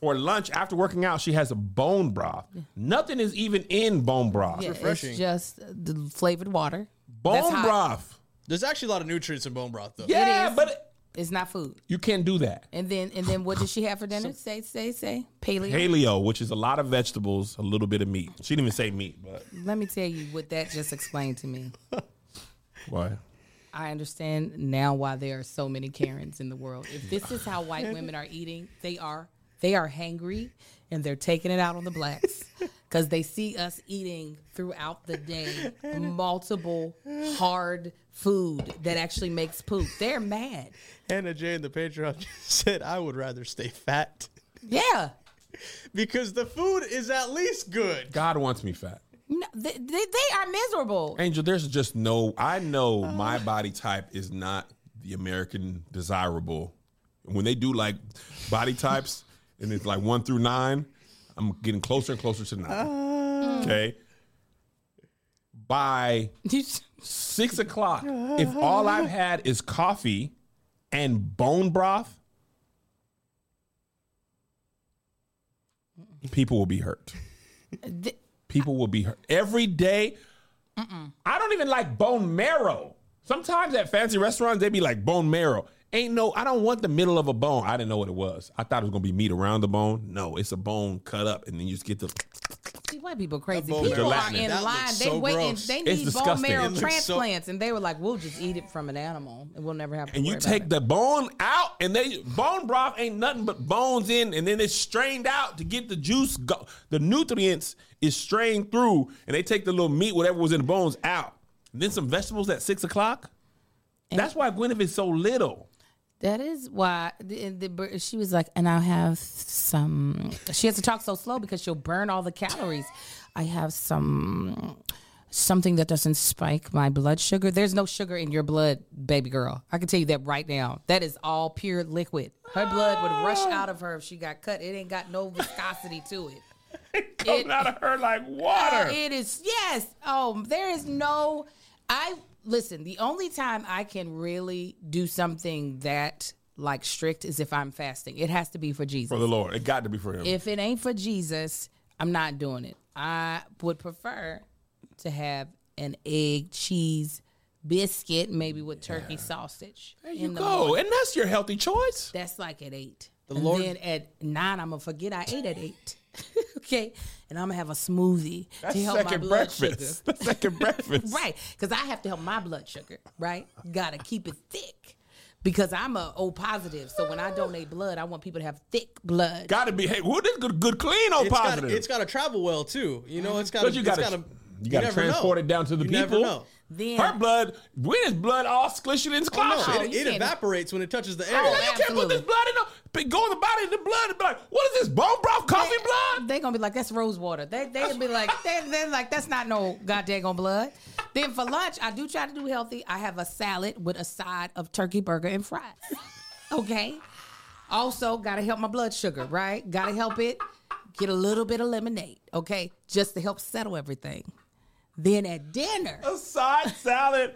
Speaker 1: For lunch, after working out, she has a bone broth. Nothing is even in bone broth.
Speaker 2: yeah,
Speaker 3: refreshing.
Speaker 2: it's just the flavored water That's
Speaker 1: Bone
Speaker 2: hot.
Speaker 1: broth.
Speaker 3: There's actually a lot of nutrients in bone broth though.
Speaker 1: Yeah,
Speaker 2: is.
Speaker 1: but
Speaker 2: it's not food
Speaker 1: you can't do that.
Speaker 2: and then and then what did she have for dinner say say say paleo
Speaker 1: Paleo, which is a lot of vegetables, a little bit of meat. She didn't even say meat, but
Speaker 2: Let me tell you what that just explained to me.
Speaker 1: why?
Speaker 2: I understand now why there are so many Karens in the world. If this is how white women are eating, they are they are hangry and they're taking it out on the blacks <laughs> because they see us eating throughout the day multiple hard food that actually makes poop. They're mad.
Speaker 3: Hannah J in the Patreon <laughs> just said, "I would rather stay fat <laughs>
Speaker 2: Yeah.
Speaker 3: because the food is at least good."
Speaker 1: God wants me fat.
Speaker 2: No, they, they, they are miserable. <laughs>
Speaker 1: Angel, there's just no. I know my body type is not the American desirable. When they do like body types, and it's like one through nine, I'm getting closer and closer to nine. okay. By six o'clock, if all I've had is coffee and bone broth, people will be hurt.
Speaker 2: Th-
Speaker 1: People will be hurt every day. I don't even like bone marrow. Sometimes at fancy restaurants they be like bone marrow. Ain't no, I don't want the middle of a bone. I didn't know what it was. I thought it was gonna be meat around the bone. No, it's a bone cut up, and then you just get the.
Speaker 2: See, white people crazy.
Speaker 3: bone
Speaker 2: People
Speaker 1: marrow-
Speaker 2: are in
Speaker 3: That
Speaker 2: line.
Speaker 3: looks
Speaker 2: They
Speaker 3: so
Speaker 2: waiting.
Speaker 3: gross.
Speaker 2: They
Speaker 1: It's
Speaker 2: need bone
Speaker 1: disgusting.
Speaker 2: marrow
Speaker 1: It looks
Speaker 3: so-
Speaker 2: transplants, and they were like, "We'll just eat it from an animal, and we'll never have to."
Speaker 1: and you
Speaker 2: worry
Speaker 1: take
Speaker 2: about
Speaker 1: the bone out, and they bone broth ain't nothing but bones in, and then it's strained out to get the juice. Go, the nutrients is strained through, and they take the little meat, whatever was in the bones, out. And then some vegetables at six o'clock. That's why Gwyneth is so little. <laughs>
Speaker 2: it. That is why the, the, bur- she was like, "And I'll have some." She has to talk so slow because she'll burn all the calories. I have some something that doesn't spike my blood sugar. There's no sugar in your blood, baby girl. I can tell you that right now. That is all pure liquid. Her blood would rush out of her if she got cut. It ain't got no viscosity to it.
Speaker 1: Coming out of her like
Speaker 2: Oh,
Speaker 1: water.
Speaker 2: It is yes. Oh, there is no. I listen. The only time I can really do something that like strict is if I'm fasting. It has to be for Jesus.
Speaker 1: for the Lord, it got to be for him.
Speaker 2: if it ain't for Jesus, I'm not doing it. I would prefer to have an egg, cheese, biscuit, maybe with turkey sausage.
Speaker 1: there you
Speaker 2: in the
Speaker 1: go, and that's your healthy choice.
Speaker 2: that's like at eight.
Speaker 3: The
Speaker 2: and
Speaker 3: Lord-
Speaker 2: then at nine, I'm gonna forget I ate
Speaker 1: <laughs>
Speaker 2: at eight. okay, and I'm gonna have a smoothie
Speaker 1: That's
Speaker 2: to help my
Speaker 1: second
Speaker 2: blood
Speaker 1: breakfast. <laughs>
Speaker 2: sugar.
Speaker 1: That's
Speaker 2: <laughs>
Speaker 1: second breakfast.
Speaker 2: Right, because I have to help my blood sugar. Right, gotta keep it thick because I'm a O positive. So when I donate blood, I want people to have thick blood.
Speaker 1: Got to be. Hey, who this good, good clean on
Speaker 3: It's
Speaker 1: positive?
Speaker 3: gotta, it's gotta travel well too. You know, it's gotta.
Speaker 1: But you
Speaker 3: it's
Speaker 1: gotta- you gotta
Speaker 3: never
Speaker 1: transport
Speaker 3: know.
Speaker 1: it down to the
Speaker 3: You never
Speaker 1: people.
Speaker 3: know.
Speaker 2: then
Speaker 1: Her blood, Gwyneth's blood, all squished and squashed.
Speaker 2: Oh,
Speaker 3: it
Speaker 2: you
Speaker 3: it
Speaker 2: can't-
Speaker 3: evaporates when it touches the air.
Speaker 2: Oh,
Speaker 1: Like, you can't put
Speaker 2: Absolutely.
Speaker 1: this blood in. the- but Go in the body of the blood and be like, what is this bone broth, coffee blood?
Speaker 2: they gonna be like, that's rose water. They they'd be like, they they're like, that's not no goddamn on blood. Then for lunch, I do try to do healthy. I have a salad with a side of turkey burger and fries. Okay. Also, gotta help my blood sugar, right? Gotta help it. Get a little bit of lemonade, okay? Just to help settle everything. Then at dinner,
Speaker 1: A side
Speaker 2: <laughs>
Speaker 1: salad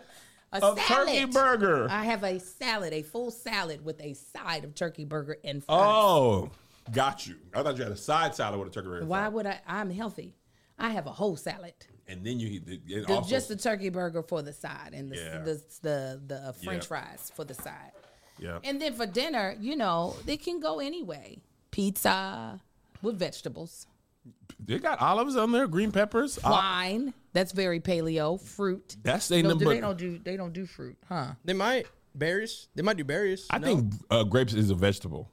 Speaker 2: a
Speaker 1: of
Speaker 2: salad.
Speaker 1: turkey burger.
Speaker 2: I have a salad, a full salad with a side of turkey burger and fries.
Speaker 1: oh, got you. I thought you had a side salad with a turkey burger.
Speaker 2: Why would I? I'm healthy. I have a whole salad.
Speaker 1: And then you eat the, and
Speaker 2: The-
Speaker 1: also,
Speaker 2: just the turkey burger for the side and the
Speaker 1: Yeah.
Speaker 2: the, the, the uh, French
Speaker 1: Yeah.
Speaker 2: fries for the side.
Speaker 1: yeah.
Speaker 2: And then for dinner, you know, it can go anyway. Pizza with vegetables,
Speaker 1: they got olives on there, green peppers. Ol-
Speaker 2: wine. That's very paleo. Fruit.
Speaker 1: that's ain't
Speaker 2: No,
Speaker 1: nothing
Speaker 2: do- they
Speaker 1: but.
Speaker 2: don't do they don't do fruit, huh?
Speaker 3: They might berries. They might do berries.
Speaker 1: I
Speaker 3: No?
Speaker 1: think uh, grapes is a vegetable.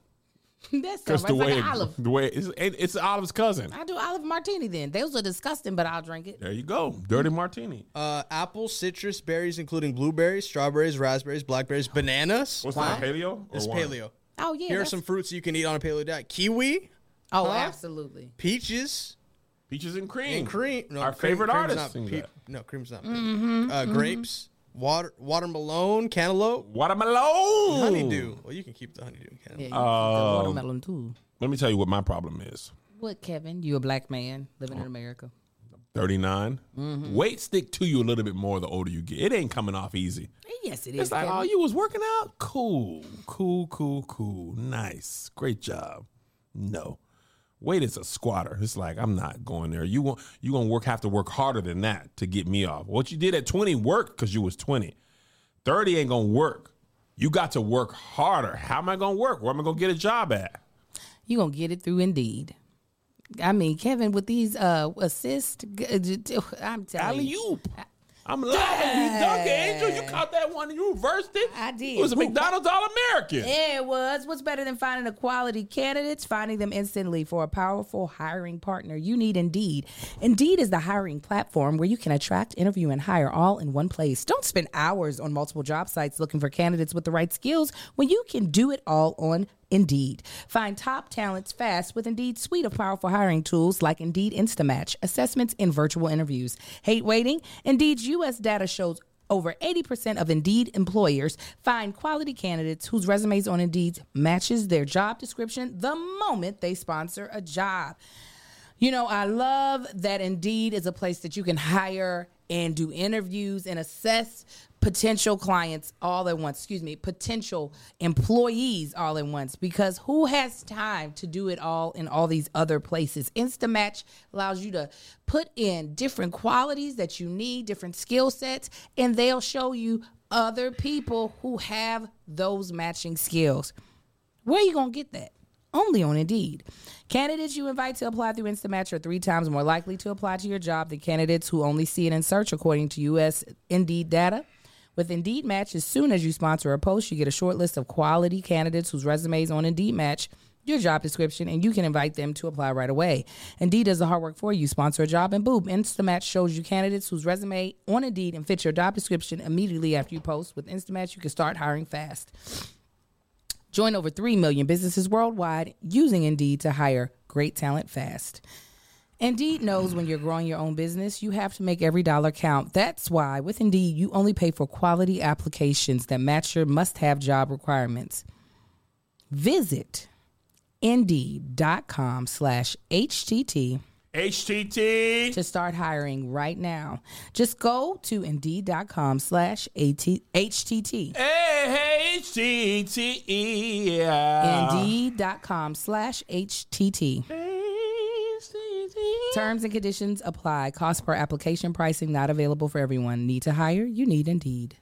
Speaker 2: That's
Speaker 1: Because
Speaker 2: right.
Speaker 1: the way
Speaker 2: like
Speaker 1: it-
Speaker 2: olive.
Speaker 1: the way it's, it- it's an olive's cousin.
Speaker 2: I do olive martini then. Those are disgusting, but I'll drink it.
Speaker 1: There you go, dirty martini.
Speaker 3: uh, apples, citrus, berries, including blueberries, strawberries, raspberries, blackberries, bananas.
Speaker 1: What's that paleo? Or
Speaker 3: It's
Speaker 1: wine?
Speaker 3: paleo.
Speaker 2: Oh yeah.
Speaker 3: Here are
Speaker 2: that's-
Speaker 3: some fruits you can eat on a paleo diet: kiwi,
Speaker 2: oh,
Speaker 3: huh?
Speaker 2: absolutely.
Speaker 3: peaches,
Speaker 1: Peaches and cream.
Speaker 3: and cream. No,
Speaker 1: Mm. Our
Speaker 3: cream-
Speaker 1: favorite
Speaker 3: cream's
Speaker 1: artist
Speaker 3: not
Speaker 1: sings
Speaker 3: pe-
Speaker 1: that.
Speaker 3: no, cream's not. favorite.
Speaker 2: Mm-hmm,
Speaker 3: uh, Grapes, water, watermelon, cantaloupe,
Speaker 1: Watermelon.
Speaker 3: honeydew. Well, you can keep the honeydew. and Cantaloupe.
Speaker 2: Yeah, you can
Speaker 1: Um,
Speaker 2: eat the watermelon too.
Speaker 1: Let me tell you what my problem is.
Speaker 2: What, Kevin? You a black man living in America?
Speaker 1: 39.
Speaker 3: Mm-hmm.
Speaker 1: Weight stick to you a little bit more the older you get. It ain't coming off easy.
Speaker 2: Yes, it is.
Speaker 1: It's like,
Speaker 2: Kevin.
Speaker 1: oh, you was working out? Cool. Cool, cool, cool. Nice. Great job. No. Weight is a squatter. It's like, I'm not going there. You want you gonna work have to work harder than that to get me off. What you did at 20 worked because you was 20. 30 ain't gonna work. You got to work harder. How am I gonna work? Where am I gonna get a job at?
Speaker 2: you gonna get it through indeed i mean kevin with these uh assist g- g- i'm telling
Speaker 1: Alley
Speaker 2: you
Speaker 1: oop. I'm lying. You dunk it, Angel. You caught that one and you reversed it.
Speaker 2: I did.
Speaker 1: It was a
Speaker 2: Who-
Speaker 1: McDonald's All American.
Speaker 2: Yeah, it was. What's better than finding a quality candidates? Finding them instantly for a powerful hiring partner. You need Indeed. Indeed is the hiring platform where you can attract, interview, and hire all in one place. Don't spend hours on multiple job sites looking for candidates with the right skills when you can do it all on Indeed. Find top talents fast with Indeed's suite of powerful hiring tools like Indeed Instamatch, assessments, and virtual interviews. Hate waiting? Indeed's U.S. data shows over 80% of Indeed employers find quality candidates whose resumes on Indeed matches their job description the moment they sponsor a job. You know, I love that Indeed is a place that you can hire and do interviews and assess potential clients all at once. Excuse me, potential employees all at once because who has time to do it all in all these other places? Instamatch allows you to put in different qualities that you need, different skill sets, and they'll show you other people who have those matching skills. Where you going to get that? only on Indeed. Candidates you invite to apply through Instamatch are three times more likely to apply to your job than candidates who only see it in search, according to U.S. Indeed data. With Indeed Match, as soon as you sponsor a post, you get a short list of quality candidates whose resumes on Indeed Match your job description and you can invite them to apply right away. Indeed does the hard work for you. Sponsor a job and boom, Instamatch shows you candidates whose resume on Indeed and fits your job description immediately after you post. With Instamatch, you can start hiring fast. Join over 3 million businesses worldwide using Indeed to hire great talent fast. Indeed knows when you're growing your own business, you have to make every dollar count. That's why with Indeed, you only pay for quality applications that match your must have job requirements. Visit indeed.com slash HTT
Speaker 1: HTT.
Speaker 2: to start hiring right now. Just go to indeed.com slash HTT.
Speaker 1: Hey, hey, HTT.
Speaker 2: E
Speaker 1: Yeah.
Speaker 2: Indeed.com slash HTT. Terms and conditions apply. Cost per application pricing not available for everyone. Need to hire? You need Indeed.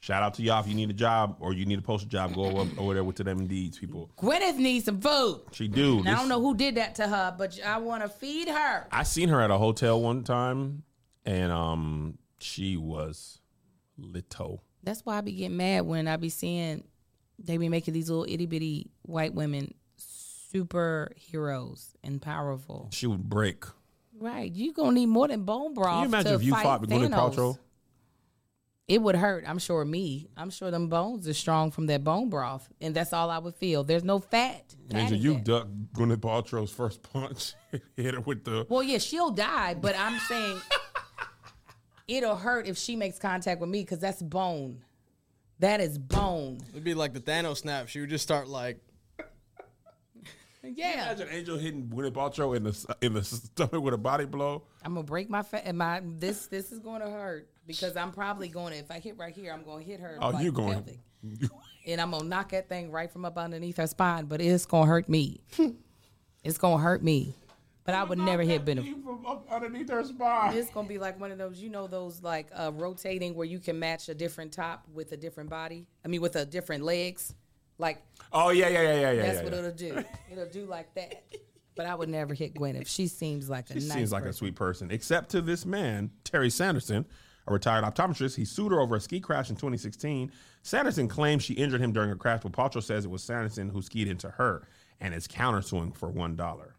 Speaker 1: Shout out to y'all if you need a job or you need a postal job. Go over, over there with the them deeds people.
Speaker 2: Gwyneth needs some food.
Speaker 1: She do.
Speaker 2: Now, I
Speaker 1: This-
Speaker 2: don't know who did that to her, but I want to feed her.
Speaker 1: I seen her at a hotel one time, and um, she was little.
Speaker 2: That's why I be getting mad when I be seeing they be making these little itty bitty white women superheroes and powerful.
Speaker 1: She would break.
Speaker 2: Right. You gonna need more than bone broth.
Speaker 1: Can you imagine
Speaker 2: to
Speaker 1: if you
Speaker 2: fight
Speaker 1: fought with Gwyneth
Speaker 2: Thanos.
Speaker 1: Paltrow?
Speaker 2: It would hurt, I'm sure me. I'm sure them bones are strong from that bone broth. And that's all I would feel. There's no fat.
Speaker 1: Angel,
Speaker 2: added
Speaker 1: you
Speaker 2: there.
Speaker 1: ducked Gwyneth Paltrow's first punch, <laughs> hit her with the.
Speaker 2: Well, yeah, she'll die, but I'm saying <laughs> it'll hurt if she makes contact with me because that's bone. That is bone.
Speaker 3: It'd be like the Thanos snap. She would just start like,
Speaker 2: Yeah.
Speaker 1: Imagine Angel hitting Gwyneth Paltrow in the in the stomach with a body blow.
Speaker 2: I'm gonna break my fa- my this this is gonna hurt because I'm probably gonna if I hit right here I'm gonna hit her.
Speaker 1: Oh,
Speaker 2: like,
Speaker 1: you going?
Speaker 2: pelvic. And I'm gonna knock that thing right from up underneath her spine, but it's gonna hurt me. it's gonna hurt me. But I would never hit benefit.
Speaker 1: from up underneath her spine.
Speaker 2: It's gonna be like one of those, you know, those like uh, rotating where you can match a different top with a different body. I mean, with a different legs. Like
Speaker 1: Oh yeah, yeah, yeah, yeah, yeah.
Speaker 2: that's
Speaker 1: yeah,
Speaker 2: what
Speaker 1: yeah.
Speaker 2: it'll do. It'll do like that. But I would never hit Gwyneth. She seems like a
Speaker 1: She
Speaker 2: nice
Speaker 1: seems like a
Speaker 2: person.
Speaker 1: sweet person, except to this man, Terry Sanderson, a retired optometrist. He sued her over a ski crash in 2016. Sanderson claims she injured him during a crash, but Paltrow says it was Sanderson who skied into her and is countersuing for one dollar.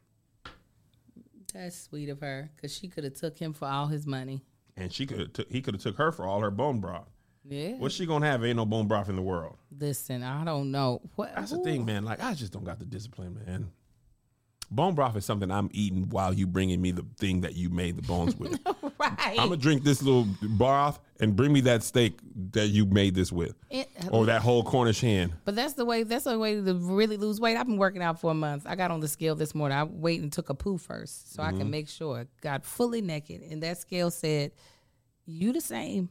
Speaker 2: That's sweet of her, cause she could have took him for all his money.
Speaker 1: And she could t- he could have took her for all her bone broth.
Speaker 2: Yeah.
Speaker 1: What's she gonna have? Ain't no bone broth in the world.
Speaker 2: Listen, I don't know what.
Speaker 1: That's
Speaker 2: who-
Speaker 1: the thing, man. Like I just don't got the discipline, man. Bone broth is something I'm eating while you bringing me the thing that you made the bones
Speaker 2: <laughs>
Speaker 1: with.
Speaker 2: <laughs> right?
Speaker 1: I'm gonna drink this little broth and bring me that steak that you made this with,
Speaker 2: It-
Speaker 1: or that whole Cornish hen.
Speaker 2: but that's the way. That's the way to really lose weight. I've been working out for a month. I got on the scale this morning. I waited and took a poo first, so I
Speaker 1: Mm-hmm.
Speaker 2: can make sure. Got fully naked, and that scale said, "You the same."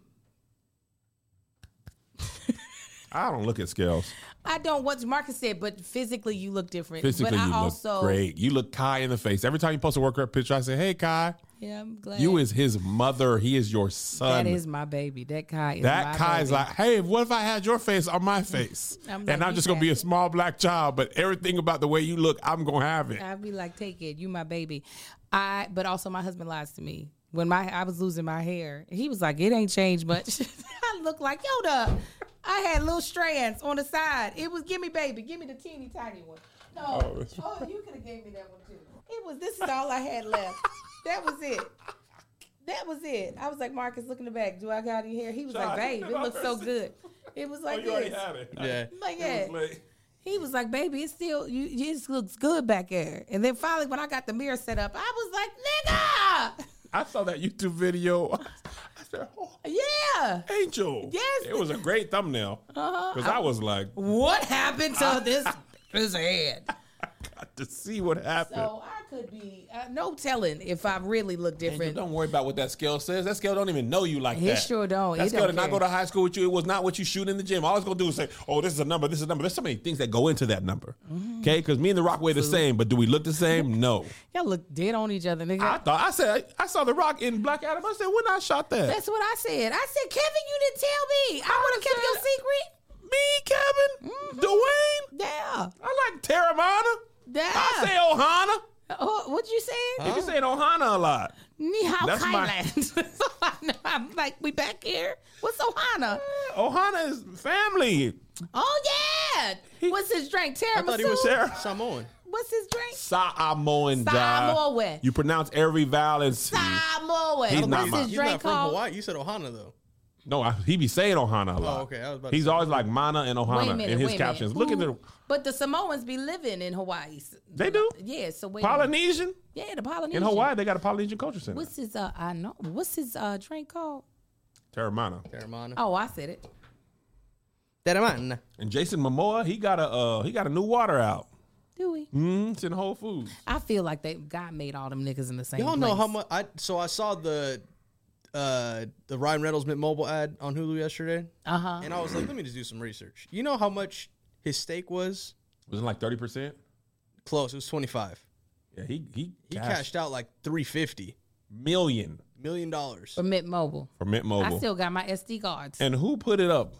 Speaker 1: I don't look at scales.
Speaker 2: I don't what Marcus said, but physically you look different.
Speaker 1: Physically,
Speaker 2: but I
Speaker 1: you
Speaker 2: also
Speaker 1: look great. You look Kai in the face every time you post a workout picture. I say, "Hey, Kai,
Speaker 2: Yeah, I'm glad.
Speaker 1: you is his mother. He is your son."
Speaker 2: that is my baby. That Kai is
Speaker 1: That
Speaker 2: my
Speaker 1: Kai is
Speaker 2: baby.
Speaker 1: like, hey, what if I had your face on my face?
Speaker 2: I'm like,
Speaker 1: and I'm
Speaker 2: you
Speaker 1: just gonna be a
Speaker 2: got it.
Speaker 1: small black child, but everything about the way you look, I'm gonna have it.
Speaker 2: I'd be like, take it, you my baby. I but also my husband lies to me. When my I was losing my hair, he was like, it ain't changed much. <laughs> I look like Yoda. I had little strands on the side. It was give me baby, give me the teeny tiny one. No, oh, you could have gave me that one too. It was this is all I had left. that was it. That was it. I was like, Marcus, look in the back. Do I got any hair? He was like,
Speaker 1: Child,
Speaker 2: babe,
Speaker 1: you
Speaker 2: it looks so
Speaker 1: know. Oh,
Speaker 2: good. It was like this.
Speaker 1: it.
Speaker 3: yeah.
Speaker 2: Like that. He was like, baby, it's still, you, you just looks good back there. And then finally, when I got the mirror set up, I was like, nigga, <laughs>
Speaker 1: I saw that YouTube video. <laughs> I said, oh,
Speaker 2: yeah.
Speaker 1: Angel.
Speaker 2: Yes. Uh-huh.
Speaker 1: It was a great thumbnail. Because I was like,
Speaker 2: What happened <laughs> to this, his head?
Speaker 1: got to see what happened.
Speaker 2: So I could be, uh, no telling if I really look
Speaker 1: Angel,
Speaker 2: different.
Speaker 1: don't worry about what that scale says. That scale don't even know you like
Speaker 2: It
Speaker 1: that.
Speaker 2: sure don't.
Speaker 1: That
Speaker 2: It
Speaker 1: scale
Speaker 2: don't
Speaker 1: did not
Speaker 2: care.
Speaker 1: go to high school with you. It was not what you shoot in the gym. All it's gonna do is say, "Oh, this is a number. This is a number." There's so many things that go into that number.
Speaker 2: Mm-hmm.
Speaker 1: Okay, because me and the Rock weigh the same, but do we look the same? No.
Speaker 2: Y'all look dead on each other, nigga.
Speaker 1: I thought I said I saw the Rock in Black Adam. I said when I shot that.
Speaker 2: That's what I said. I said, Kevin, you didn't tell me. I, would have kept your secret. Mm-hmm.
Speaker 1: me, Kevin, Dwayne.
Speaker 2: Yeah.
Speaker 1: I like Terramana.
Speaker 2: Damn.
Speaker 1: I say Ohana.
Speaker 2: Oh, what you saying?
Speaker 1: You saying Ohana a lot.
Speaker 2: Ni hao
Speaker 1: That's my-
Speaker 2: Thailand. <laughs> I'm like, we back here. What's Ohana?
Speaker 1: Ohana is family.
Speaker 2: Oh yeah. What's his drink? Tiramisu.
Speaker 3: I thought he was
Speaker 1: Sarah.
Speaker 3: Samoan.
Speaker 2: What's his drink?
Speaker 1: Samoan
Speaker 2: Samoan.
Speaker 1: You pronounce every vowel and C.
Speaker 2: Samoa.
Speaker 1: He's not
Speaker 2: What's
Speaker 1: mine.
Speaker 2: his
Speaker 3: He's not
Speaker 2: drink
Speaker 3: from
Speaker 2: called?
Speaker 3: Hawaii. You said Ohana though.
Speaker 1: No, I, he be saying Ohana a lot.
Speaker 3: Oh, okay. I was about to
Speaker 1: He's
Speaker 3: say-
Speaker 1: always like Mana and
Speaker 2: Wait a
Speaker 1: Ohana
Speaker 2: minute.
Speaker 1: in his
Speaker 2: wait a
Speaker 1: captions.
Speaker 2: minute.
Speaker 1: Look at the
Speaker 2: Who- But the Samoans be living in Hawaii.
Speaker 1: They do?
Speaker 2: Yeah. So wait. a minute.
Speaker 1: Polynesian.
Speaker 2: Yeah, the Polynesian.
Speaker 1: In Hawaii, they got a Polynesian culture center.
Speaker 2: What's his? Uh, I know. What's his uh drink called?
Speaker 1: Terramana.
Speaker 3: Terramana.
Speaker 2: Oh, I said it.
Speaker 3: Terramana.
Speaker 1: And Jason Momoa, he got a uh, he got a new water out.
Speaker 2: Do we?
Speaker 1: Mm, it's in Whole Foods.
Speaker 2: I feel like they God made all them niggas in the same.
Speaker 3: Y'all know
Speaker 2: place.
Speaker 3: how much I so I saw the uh the Ryan Reynolds Mint Mobile ad on Hulu yesterday.
Speaker 2: Uh huh.
Speaker 3: And I was like, let me just do some research. You know how much his steak was?
Speaker 1: Wasn't it like thirty percent.
Speaker 3: Close, it was twenty five.
Speaker 1: Yeah, he he,
Speaker 3: He cashed out like three fifty
Speaker 1: million
Speaker 3: million dollars.
Speaker 2: For Mint Mobile,
Speaker 1: for Mint
Speaker 2: I
Speaker 1: Mobile.
Speaker 2: still got my SD cards.
Speaker 1: and who put it up?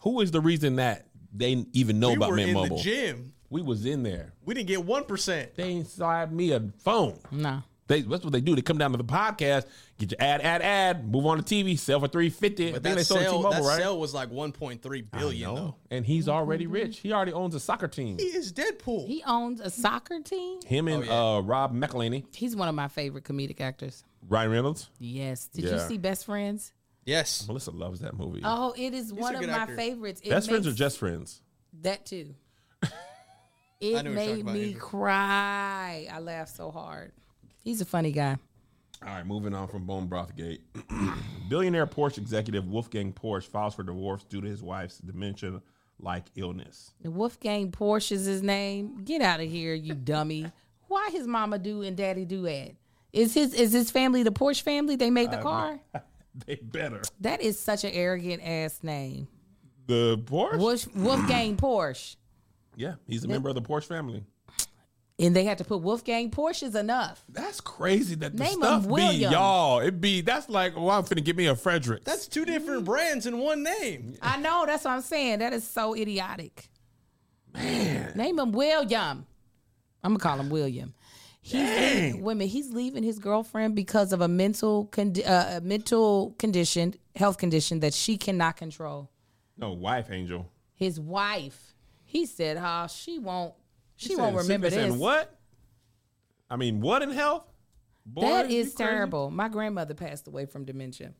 Speaker 1: Who is the reason that they even know
Speaker 3: We
Speaker 1: about
Speaker 3: were
Speaker 1: Mint
Speaker 3: in
Speaker 1: Mobile?
Speaker 3: the gym.
Speaker 1: We was in there.
Speaker 3: We didn't get one percent.
Speaker 1: They ain't slide me a phone.
Speaker 2: No.
Speaker 1: They, that's what they do. They come down to the podcast, get your ad, ad, ad, move on to TV, sell for three fifty. I
Speaker 3: But
Speaker 1: think
Speaker 3: that
Speaker 1: they sold it to
Speaker 3: sale,
Speaker 1: T-Mobile,
Speaker 3: that
Speaker 1: right?
Speaker 3: sale was like one point three billion
Speaker 1: No.
Speaker 3: though.
Speaker 1: And he's already rich. He already owns a soccer team.
Speaker 3: He Oh, is Deadpool.
Speaker 2: He owns a soccer team.
Speaker 1: Him and uh, Rob McElhenney,
Speaker 2: He's one of my favorite comedic actors.
Speaker 1: Ryan Reynolds.
Speaker 2: Yes. Did you
Speaker 1: Yeah.
Speaker 2: see Best Friends?
Speaker 3: yes.
Speaker 1: Melissa loves that movie.
Speaker 2: Oh, it is one
Speaker 3: a
Speaker 2: of
Speaker 3: good
Speaker 2: my
Speaker 3: actor.
Speaker 2: favorites. It
Speaker 1: Best friends or
Speaker 2: makes-
Speaker 1: just friends?
Speaker 2: that too.
Speaker 3: <laughs> I
Speaker 2: It
Speaker 3: know what you're talking
Speaker 2: made
Speaker 3: about,
Speaker 2: me
Speaker 3: Andrew.
Speaker 2: cry. I laughed so hard. He's a funny guy.
Speaker 1: All right, moving on from Bone Brothgate. <clears throat> Billionaire Porsche executive Wolfgang Porsche files for divorce due to his wife's dementia-like illness. <laughs>
Speaker 2: Wolfgang Porsche is his name. Get out of here, you <laughs> dummy. Why his mama do and daddy do that? Is his is his family the Porsche family? They made the car.
Speaker 1: <laughs> They better
Speaker 2: That is such an arrogant ass name.
Speaker 1: the Porsche.
Speaker 2: Wolf, Wolfgang Porsche.
Speaker 1: Yeah, he's a member of the Porsche family.
Speaker 2: And they had to put Wolfgang Porsche is enough.
Speaker 1: That's crazy that the
Speaker 2: Name him
Speaker 1: stuff be
Speaker 2: William.
Speaker 1: y'all. It be that's like, oh, I'm finna get me a Frederick.
Speaker 3: That's two different brands in one name.
Speaker 2: I know, that's what I'm saying. That is so idiotic. Man. Name him William. I'm gonna call him William. He's leaving, women. He's leaving his girlfriend because of a mental condi- uh, a mental condition, health condition that she cannot control.
Speaker 1: no wife, Angel.
Speaker 2: His wife. He said, "Huh, she won't. She,
Speaker 1: Said
Speaker 2: won't remember
Speaker 1: sickness
Speaker 2: this.
Speaker 1: And what? I mean, what in health? Boy,
Speaker 2: That
Speaker 1: you
Speaker 2: is
Speaker 1: crazy.
Speaker 2: terrible. My grandmother passed away from dementia.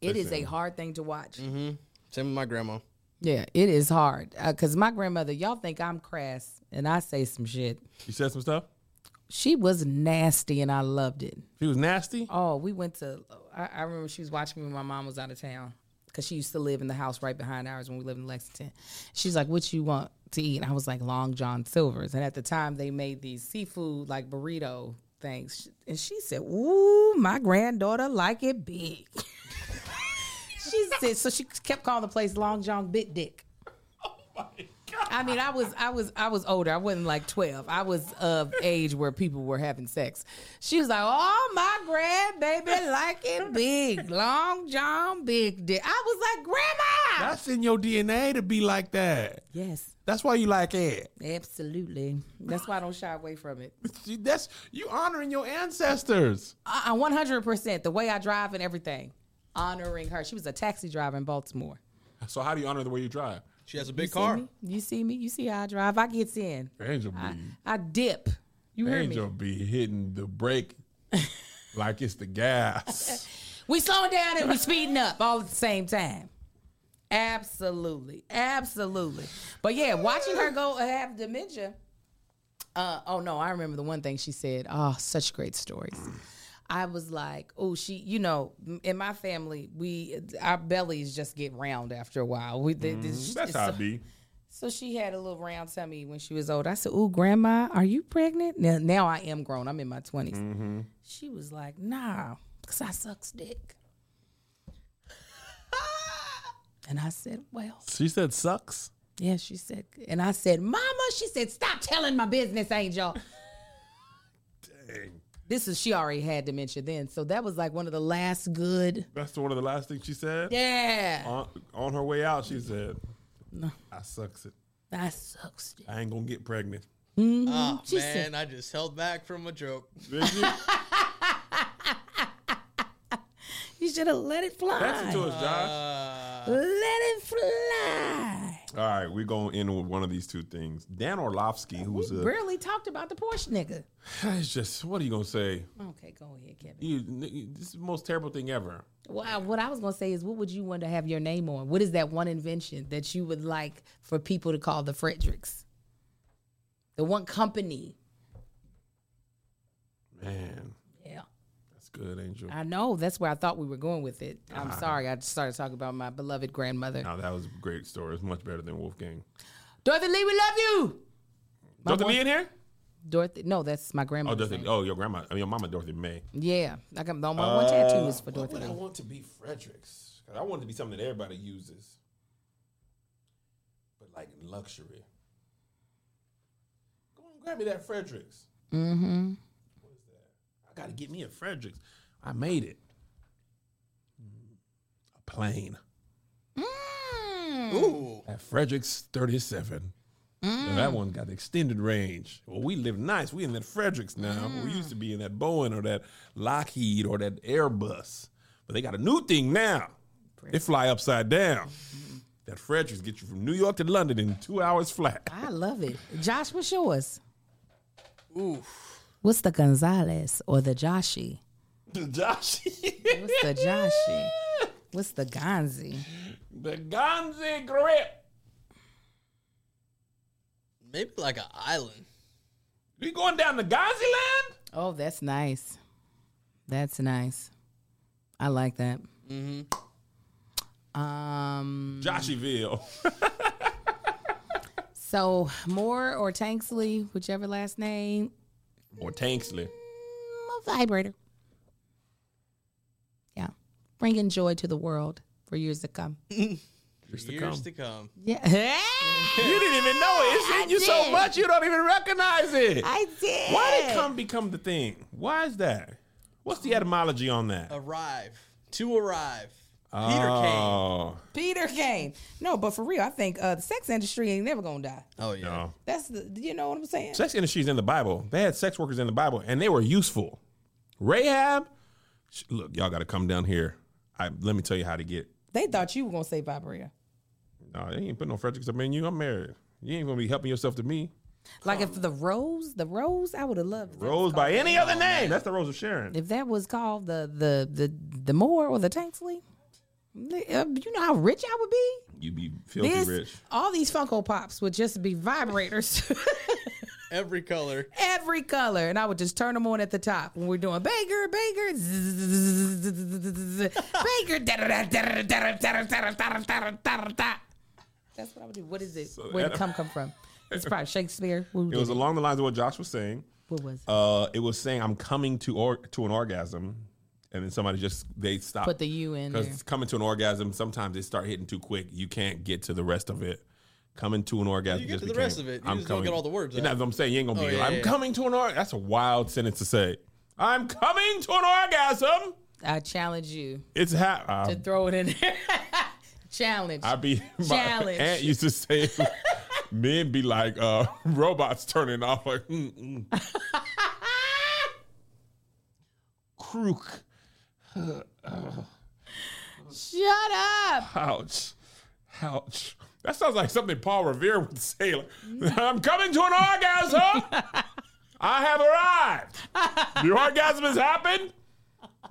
Speaker 2: It is a hard thing to watch.
Speaker 1: Mm-hmm.
Speaker 3: Same with my grandma.
Speaker 2: Yeah, it is hard because my grandmother. Y'all think I'm crass, and I say some shit.
Speaker 1: You said some stuff.
Speaker 2: She was nasty, and I loved it.
Speaker 1: She was nasty.
Speaker 2: Oh, we went to. I, I remember she was watching me when my mom was out of town because she used to live in the house right behind ours when we lived in Lexington. She's like, "What you want to eat?" And I was like, "Long John Silver's." And at the time, they made these seafood like burrito things, and she said, "Ooh, my granddaughter like it big." she said, so she kept calling the place Long John Bit Dick. I mean, I was, I was, I was older. I wasn't like twelve. I was of age where people were having sex. She was like, "Oh, my grandbaby like it big, long john, big dick." I was like, "Grandma."
Speaker 1: That's in your DNA to be like that.
Speaker 2: yes,
Speaker 1: That's why you like it. <laughs>
Speaker 2: absolutely. That's why I don't shy away from it.
Speaker 1: See, That's you honoring your ancestors.
Speaker 2: I, one hundred percent. The way I drive and everything, honoring her. She was a taxi driver in Baltimore.
Speaker 1: So how do you honor the way you drive?
Speaker 3: She has a big
Speaker 2: You see
Speaker 3: car.
Speaker 2: me? You see me? You see how I drive? I gets in.
Speaker 1: Angel be,
Speaker 2: I dip. You Uh, hear
Speaker 1: Angel
Speaker 2: me?
Speaker 1: be hitting the
Speaker 2: <laughs>
Speaker 1: brake like it's the gas.
Speaker 2: We slowing down and we speeding up all at the same time. Absolutely, absolutely. But yeah, watching her go uh, have dementia. Uh, oh no, I remember the one thing she said. Oh, such great stories. I was like, oh, she, you know, m- in my family, we our bellies just get round after a while. We th- this-
Speaker 1: Mm, That's
Speaker 2: it's
Speaker 1: how
Speaker 2: so-
Speaker 1: it be.
Speaker 2: so she had a little round tummy when she was old. I said, "Ooh, grandma, are you pregnant?" Now, now I am grown. I'm in my 20s She was like, "Nah, because I sucks dick." and I said, "Well,
Speaker 1: She said sucks.
Speaker 2: yeah." She said, and I said, "Mama," she said, "Stop telling my business, Angel."
Speaker 1: Dang.
Speaker 2: This is she already had dementia then, so that was like one of the last good.
Speaker 1: That's one of the last things she said.
Speaker 2: Yeah.
Speaker 1: On, on her way out, she said,
Speaker 2: No.
Speaker 1: I sucks it.
Speaker 2: That sucks. dude.
Speaker 1: I ain't gonna get pregnant.
Speaker 3: Oh,
Speaker 2: she
Speaker 3: man,
Speaker 2: said-
Speaker 3: I just held back from a joke.
Speaker 1: Did you?
Speaker 2: You should have let it fly.
Speaker 1: That's into us, Josh.
Speaker 3: Uh,
Speaker 2: let it fly.
Speaker 1: <laughs> All right, we're gonna end with one of these two things. Dan Orlovsky, who's a
Speaker 2: Barely talked about the Porsche nigga.
Speaker 1: it's just what are you gonna say?
Speaker 2: Okay, go ahead, Kevin.
Speaker 1: You, n- this is the most terrible thing ever.
Speaker 2: Well, I- what I was gonna say is, what would you want to have your name on? What is that one invention that you would like for people to call the Fredericks? The one company.
Speaker 1: Man,
Speaker 2: Yeah,
Speaker 1: that's good, Angel.
Speaker 2: I know. That's where I thought we were going with it. I'm
Speaker 1: Uh-huh.
Speaker 2: sorry, I started talking about my beloved grandmother.
Speaker 1: Now that was a great story. It's much better than Wolfgang.
Speaker 2: Dorothy Lee, we love you. My
Speaker 1: Dorothy
Speaker 2: boy-
Speaker 1: Lee in here?
Speaker 2: Dorothy, no, that's my
Speaker 1: Oh,
Speaker 2: grandmother.
Speaker 1: Dorothy. Oh, your grandma. I mean, your mama, Dorothy May.
Speaker 2: Yeah, I got the only one tattoo is for Dorothy.
Speaker 1: I
Speaker 2: Lee.
Speaker 1: want to be Fredericks. 'Cause I want it to be something that everybody uses, but like luxury. Go on, grab me that Fredericks.
Speaker 2: Mm-hmm.
Speaker 1: I gotta get me a Fredericks. I made it. A plane.
Speaker 2: Mm.
Speaker 3: ooh,
Speaker 1: That Fredericks 37. Now, that one got extended range. Well, we live nice. We in that Fredericks now. We used to be in that Boeing or that Lockheed or that Airbus. But they got a new thing now. They fly upside down. That Fredericks get you from New York to London in two hours flat.
Speaker 2: I love it. Josh, what's yours?
Speaker 3: ooh.
Speaker 2: What's the Gonzalez or the Joshi?
Speaker 1: Josh,
Speaker 2: What's the Joshi? What's the Gonzi?
Speaker 1: <laughs> the Gonzi grip.
Speaker 3: Maybe like an island.
Speaker 1: We going down to Gonzi land?
Speaker 2: Oh, that's nice. That's nice. I like that. Mm-hmm. Um.
Speaker 1: Joshyville.
Speaker 2: So Moore or Tanksley, whichever last name,
Speaker 1: or Tanksley.
Speaker 2: a vibrator. Yeah, bringing joy to the world for years to come.
Speaker 1: Years to
Speaker 3: Years
Speaker 1: come.
Speaker 3: to come.
Speaker 2: Yeah, <laughs>
Speaker 1: You didn't even know it. It's in you so
Speaker 2: did.
Speaker 1: much you don't even recognize it.
Speaker 2: I did.
Speaker 1: Why did come become the thing? Why is that? What's the etymology on that?
Speaker 3: Arrive. To arrive. Peter Kane.
Speaker 1: Oh,
Speaker 2: Peter Kane? No, but for real, I think uh, the sex industry ain't never gonna die.
Speaker 3: Oh, yeah.
Speaker 1: no.
Speaker 2: That's the, you know what I'm saying?
Speaker 1: Sex industries in the Bible. They had sex workers in the Bible, and they were useful. Rahab, sh- look, y'all got to come down here. I let me tell you how to get.
Speaker 2: They thought you were gonna say Vibria.
Speaker 1: No, they ain't put no Fredericks up in you. I'm married. You ain't gonna be helping yourself to me.
Speaker 2: Like if the rose, the rose, I would have loved if that was
Speaker 1: Rose
Speaker 2: called-
Speaker 1: by any other name. That's the Rose of Sharon.
Speaker 2: If that was called the the the the Moore or the Tanksley, uh, you know how rich I would be.
Speaker 1: You be filthy
Speaker 2: this,
Speaker 1: rich.
Speaker 2: all these Funko Pops would just be vibrators, <laughs>
Speaker 3: Every color.
Speaker 2: every color, and I would just turn them on at the top when we're doing Baker, Baker, zzzz, Baker. da-da-da, da-da-da, da-da-da, da-da-da, da-da-da, da-da-da. That's what I would do. What is it? Where did
Speaker 1: that-
Speaker 2: come come from? It's probably Shakespeare.
Speaker 1: <laughs>
Speaker 2: Who
Speaker 1: It
Speaker 2: did
Speaker 1: was
Speaker 2: it?
Speaker 1: along the lines of what Josh was saying.
Speaker 2: What was it?
Speaker 1: Uh, it was saying I'm coming to or to an orgasm, and then somebody just they stop.
Speaker 2: Put the U in there.
Speaker 1: because coming to an orgasm sometimes they start hitting too quick. You can't get to the rest of it. Coming to an orgasm,
Speaker 3: You get
Speaker 1: just
Speaker 3: to the
Speaker 1: became,
Speaker 3: rest of it. You just don't get all the words
Speaker 1: You know
Speaker 3: out.
Speaker 1: what I'm saying? You ain't gonna be.
Speaker 3: Oh, yeah,
Speaker 1: like, I'm
Speaker 3: yeah, yeah.
Speaker 1: coming to an orgasm. That's a wild sentence to say. I'm coming to an orgasm.
Speaker 2: I challenge you
Speaker 1: It's ha-
Speaker 2: to
Speaker 1: I,
Speaker 2: throw it in there. <laughs> challenge.
Speaker 1: I be <laughs> my
Speaker 2: Challenge.
Speaker 1: aunt used to say. <laughs> Men be like uh, <laughs> robots turning off like mm, mm-mm.
Speaker 3: <laughs>
Speaker 1: crook
Speaker 2: Shut up.
Speaker 1: Ouch. Ouch. That sounds like something Paul Revere would say. Like, I'm coming to an orgasm. I have arrived. The orgasm has happened.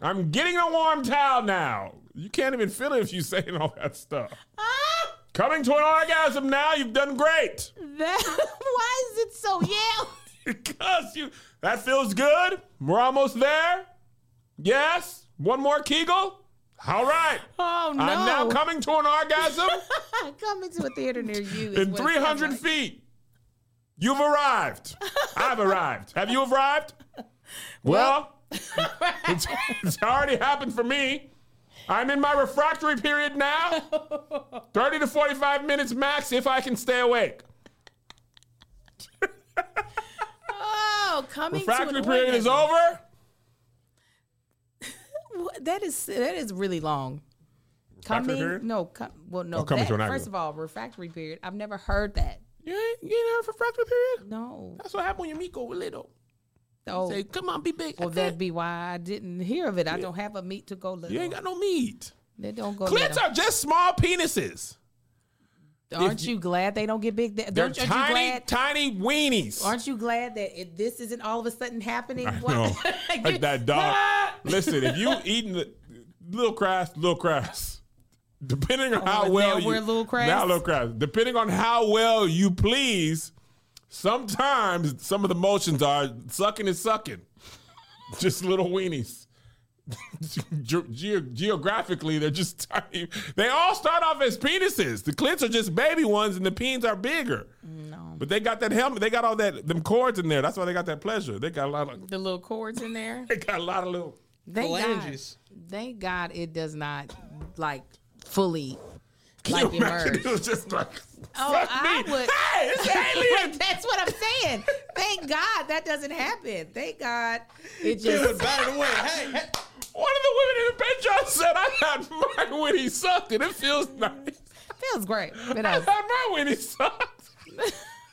Speaker 1: I'm getting a warm towel now. You can't even feel it if you say all that stuff.
Speaker 2: Ah,
Speaker 1: Coming to an orgasm now. You've done great. <laughs>
Speaker 2: that- <laughs> why is it so yelled?
Speaker 1: Because you that feels good. We're almost there. Yes. One more Kegel. All right.
Speaker 2: Oh no!
Speaker 1: I'm now
Speaker 2: <laughs>
Speaker 1: coming to an orgasm.
Speaker 2: coming to a theater near you. is
Speaker 1: In
Speaker 2: what it sounds
Speaker 1: 300
Speaker 2: like.
Speaker 1: feet, you've arrived. I've arrived. Have you arrived?
Speaker 2: <laughs>
Speaker 1: Well, <laughs> it's, it's already happened for me. I'm in my refractory period now. 30 to 45 minutes max if I can stay awake.
Speaker 2: Oh, coming to
Speaker 1: Refractory
Speaker 2: an
Speaker 1: period is
Speaker 2: orgasm.
Speaker 1: over.
Speaker 2: What- That is that is really long. Coming?
Speaker 1: period? Oh,
Speaker 2: No, com, well, no.
Speaker 1: coming
Speaker 2: that-
Speaker 1: to an orgasm.
Speaker 2: first of all, refractory period. I've never heard that.
Speaker 1: You You ain't heard from fractal period?
Speaker 2: No.
Speaker 1: That's what happened when your Miko was little.
Speaker 2: Oh,
Speaker 1: Say, come on, be big.
Speaker 2: well, that'd be why I didn't hear of it. I don't have a meat to go look.
Speaker 1: you ain't got uh, no meat.
Speaker 2: They don't go.
Speaker 1: Clits
Speaker 2: little.
Speaker 1: are just small penises.
Speaker 2: Aren't you glad they don't get big? That,
Speaker 1: They're
Speaker 2: don't, aren't you
Speaker 1: tiny,
Speaker 2: glad?
Speaker 1: tiny weenies.
Speaker 2: Aren't you glad that it, this isn't all of a sudden happening?
Speaker 1: I <laughs>
Speaker 2: What? <laughs>
Speaker 1: know. like
Speaker 2: You-
Speaker 1: that <laughs> dog. Listen, if you eating the little crass, little crass. Depending on how
Speaker 2: now
Speaker 1: well you
Speaker 2: we're Lil Crass?
Speaker 1: now little crass. Depending on how well you please, sometimes some of the motions are sucking and sucking, <laughs> just little weenies. <laughs> Ge- ge- geographically, they're just tiny. They all start off as penises. The clits are just baby ones, and the peens are bigger. No, but they got that helmet. They got all that them cords in there. That's why they got that pleasure. They got a lot of
Speaker 2: the little cords in there.
Speaker 1: they got a lot of little.
Speaker 2: Thank God.
Speaker 3: Phalanges.
Speaker 2: Thank God it does not like fully
Speaker 1: Can
Speaker 2: like
Speaker 1: you imagine?
Speaker 2: emerge.
Speaker 1: It was just like,
Speaker 2: Oh,
Speaker 1: fuck
Speaker 2: I
Speaker 1: me.
Speaker 2: would-
Speaker 1: Hey, it's alien.
Speaker 2: <laughs> That's what I'm saying. Thank God that doesn't happen. Thank God it
Speaker 3: He would
Speaker 2: just.
Speaker 3: bat it away. Hey, hey.
Speaker 1: One of the women in the paint job said, "I got mine when he sucked it. It feels nice.
Speaker 2: Feels great. It
Speaker 1: I <laughs>
Speaker 2: does.
Speaker 1: got mine when he sucked." <laughs> Yo,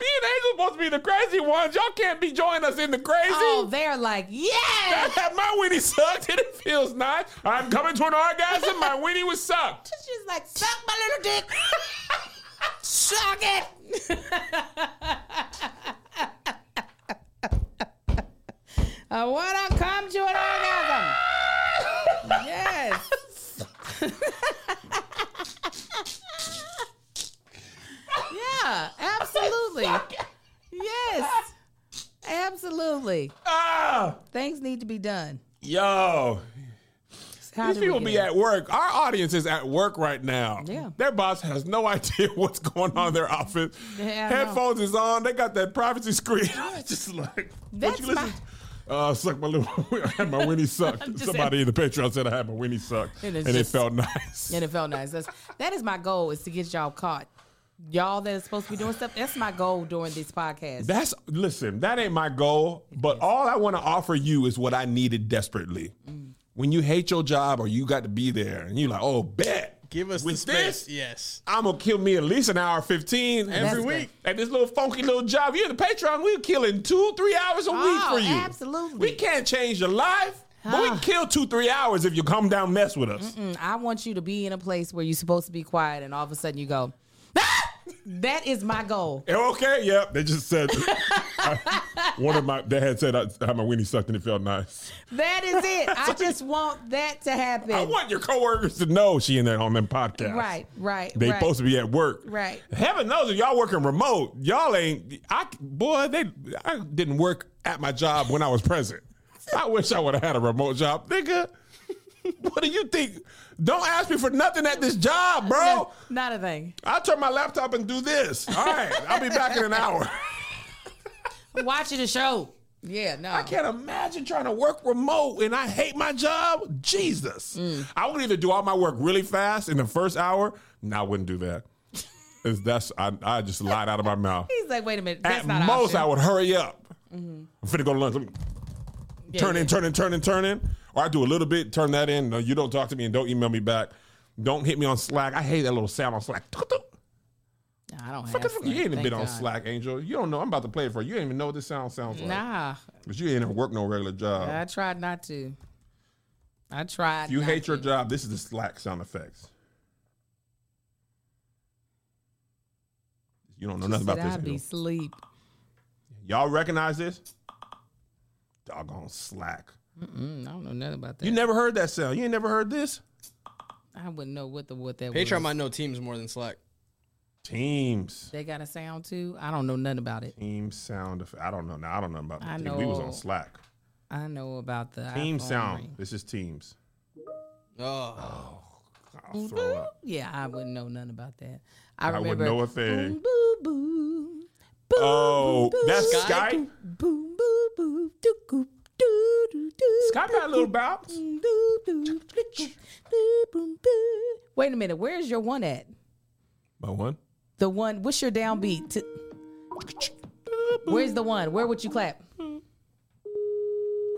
Speaker 1: me and Angel supposed to be the crazy ones. Y'all can't be joining us in the crazy.
Speaker 2: Oh, they're like,
Speaker 1: I
Speaker 2: yes.
Speaker 1: had my weenie sucked and it feels nice. I'm coming to an orgasm. My weenie was sucked.
Speaker 2: She's like, suck my little dick. Suck it. I want to come to an orgasm. Yes. yeah, absolutely. Yes. Absolutely.
Speaker 1: Ah,
Speaker 2: Things need to be done.
Speaker 1: yo,
Speaker 2: How
Speaker 1: These
Speaker 2: do we
Speaker 1: people
Speaker 2: get
Speaker 1: be
Speaker 2: it?
Speaker 1: at work. Our audience is at work right now.
Speaker 2: Yeah.
Speaker 1: Their boss has no <laughs> idea what's going on in their office.
Speaker 2: Yeah, I know.
Speaker 1: Headphones is on. They got that privacy screen. <laughs> just like, what
Speaker 2: That's
Speaker 1: you listen
Speaker 2: my-
Speaker 1: to? Uh, suck my little. <laughs> I had my
Speaker 2: <laughs>
Speaker 1: Winnie sucked.
Speaker 2: I'm just
Speaker 1: Somebody in the Patreon said I had my Winnie sucked,
Speaker 2: It
Speaker 1: and,
Speaker 2: is
Speaker 1: it
Speaker 2: just-
Speaker 1: felt <laughs> nice.
Speaker 2: And it felt nice. That's that is my goal is to get y'all caught. Y'all that are supposed to be doing stuff. That's my goal during this podcast.
Speaker 1: That's listen. That ain't my goal, but all I want to offer you is what I needed desperately.
Speaker 2: Mm.
Speaker 1: When you hate your job or you got to be there, and you're like, oh, bet.
Speaker 3: Give us
Speaker 1: With
Speaker 3: the space.
Speaker 1: this,
Speaker 3: Yes.
Speaker 1: I'm gonna kill me at least an hour fifteen every
Speaker 2: That's
Speaker 1: week at this little funky little job. You're the Patreon. We're killing two, three hours a
Speaker 2: Oh,
Speaker 1: week for you.
Speaker 2: absolutely.
Speaker 1: We can't change your life, but we can
Speaker 2: Ah.
Speaker 1: kill two, three hours if you come down and mess with us.
Speaker 2: Mm, I want you to be in a place where you're supposed to be quiet, and all of a sudden you go. <laughs> that is my goal.
Speaker 1: Eh, Okay, yep. They just
Speaker 2: <laughs>
Speaker 1: said I- one of my they had said I, I had my weenie sucked and it felt nice.
Speaker 2: That is
Speaker 1: <laughs>
Speaker 2: it. I just want that to happen.
Speaker 1: I want your coworkers to know she in there on them podcasts.
Speaker 2: right, right,
Speaker 1: They
Speaker 2: right.
Speaker 1: supposed to be at work.
Speaker 2: Right.
Speaker 1: Heaven knows if y'all working remote, y'all ain't. I boy, they. I didn't work at my job when I was
Speaker 2: <laughs>
Speaker 1: present. I wish I would have had a remote job, nigga. What do you think? Don't ask me for nothing at this job, bro.
Speaker 2: Not a thing.
Speaker 1: I'll turn my laptop and do this. All right, I'll be back in an
Speaker 2: <laughs>
Speaker 1: hour.
Speaker 2: Watching the show. Yeah, no.
Speaker 1: I can't imagine trying to work remote and I hate my job. Jesus.
Speaker 2: Mm.
Speaker 1: I would either do all my work really fast in the first hour. No, I wouldn't do
Speaker 2: <laughs>
Speaker 1: that. It's- that's I, I just lied out of my mouth.
Speaker 2: He's like, wait a minute. <laughs> That's
Speaker 1: At
Speaker 2: not an
Speaker 1: most,
Speaker 2: option. Mm-hmm.
Speaker 1: I would hurry up. I'm finna go to lunch. Let me
Speaker 2: Yeah,
Speaker 1: turn
Speaker 2: yeah.
Speaker 1: in, turn in, turn in, turn in. Or I do a little bit, turn that in. No, you don't talk to me and don't email me back. Don't hit me on Slack. I hate that little sound on Slack. Tuk, tuk.
Speaker 2: No, I don't
Speaker 1: Fuck,
Speaker 2: have.
Speaker 1: fuck, You
Speaker 2: Slack,
Speaker 1: ain't
Speaker 2: thank
Speaker 1: been on
Speaker 2: God.
Speaker 1: Slack, Angel. You don't know. I'm about to play it for you. You don't even know what this sound sounds like.
Speaker 2: Nah,
Speaker 1: But you ain't even work no regular job.
Speaker 2: I tried not to. I tried.
Speaker 1: If Oh. you
Speaker 2: not
Speaker 1: hate your
Speaker 2: to.
Speaker 1: job, this is the Slack sound effects. You don't know nothing
Speaker 2: Said
Speaker 1: <laughs> about this.
Speaker 2: I'd be
Speaker 1: Angel.
Speaker 2: sleep.
Speaker 1: Y'all recognize this? Doggone Slack.
Speaker 2: Mm, I don't know nothing about that.
Speaker 1: You never heard that sound. You ain't never heard this?
Speaker 2: I wouldn't know what the what that
Speaker 3: Patreon
Speaker 2: was.
Speaker 3: might know teams more than Slack.
Speaker 1: Teams.
Speaker 2: They got a sound too. I don't know nothing about it.
Speaker 1: Team sound. Of, I don't know. Now I don't know about.
Speaker 2: I
Speaker 1: The team. We was
Speaker 2: know.
Speaker 1: on Slack.
Speaker 2: I know about the
Speaker 1: Team
Speaker 2: iPhone
Speaker 1: sound.
Speaker 2: ring.
Speaker 1: This is teams.
Speaker 3: Oh,
Speaker 1: I'll
Speaker 2: Mm-hmm.
Speaker 1: throw up.
Speaker 2: Yeah, I wouldn't know nothing about that. I,
Speaker 1: I wouldn't
Speaker 2: remember.
Speaker 1: know a thing.
Speaker 2: Boom, boo, boo. Boom,
Speaker 1: Oh,
Speaker 2: boo, boo.
Speaker 1: that's Skype.
Speaker 2: Boom, boo, boo. Doo, doo, doo, doo, doo,
Speaker 1: Skype
Speaker 2: doo,
Speaker 1: had a little
Speaker 2: doo,
Speaker 1: bounce.
Speaker 2: doo, doo, doo, doo, doo, boom, boo. Wait a minute. Where's your one at?
Speaker 1: My one.
Speaker 2: The one. What's your downbeat? To, where's the one? Where would you clap?
Speaker 1: Hold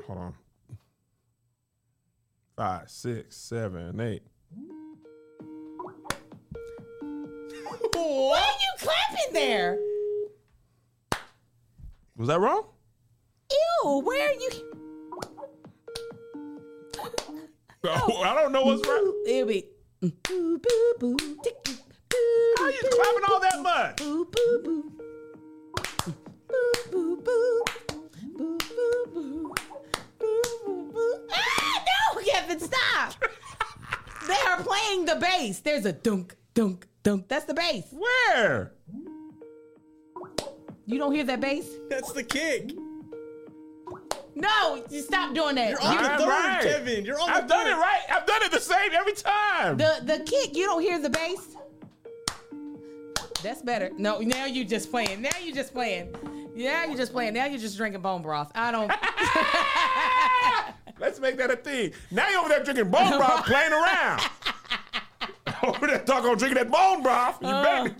Speaker 1: on. Five, six, seven, eight.
Speaker 2: Why are you clapping there?
Speaker 1: Was that wrong?
Speaker 2: Ew, where are you?
Speaker 1: <laughs> I don't know what's wrong.
Speaker 2: It'll be. Boo, boo, boo, Mm. tick, tick, boo,
Speaker 1: Why are you clapping all that much?
Speaker 2: boo, boo, boo. Boo, boo, boo. Boo, boo, boo. Boo, boo, boo. Ah, no, Kevin,
Speaker 1: <laughs>
Speaker 2: stop. they are playing the bass. There's a dunk, dunk, dunk. That's the bass.
Speaker 1: Where?
Speaker 2: You don't hear that bass?
Speaker 3: That's the kick.
Speaker 2: No, you stop doing that.
Speaker 3: You're on
Speaker 2: You-
Speaker 3: the
Speaker 1: I'm
Speaker 3: third,
Speaker 1: right.
Speaker 3: Kevin. You're on the
Speaker 1: I've done it
Speaker 3: third.
Speaker 1: right. I've done it the same every time.
Speaker 2: the the kick, you don't hear the bass. That's better. No, now you just playing. Now you just playing. Now you just playing. Now you're just drinking bone broth. I
Speaker 1: <laughs>
Speaker 2: don't.
Speaker 1: Let's make that a thing. Now you're over there drinking
Speaker 2: <laughs>
Speaker 1: bone broth, playing around. <laughs> over there talking on drinking that bone broth. You
Speaker 2: Uh.
Speaker 1: better.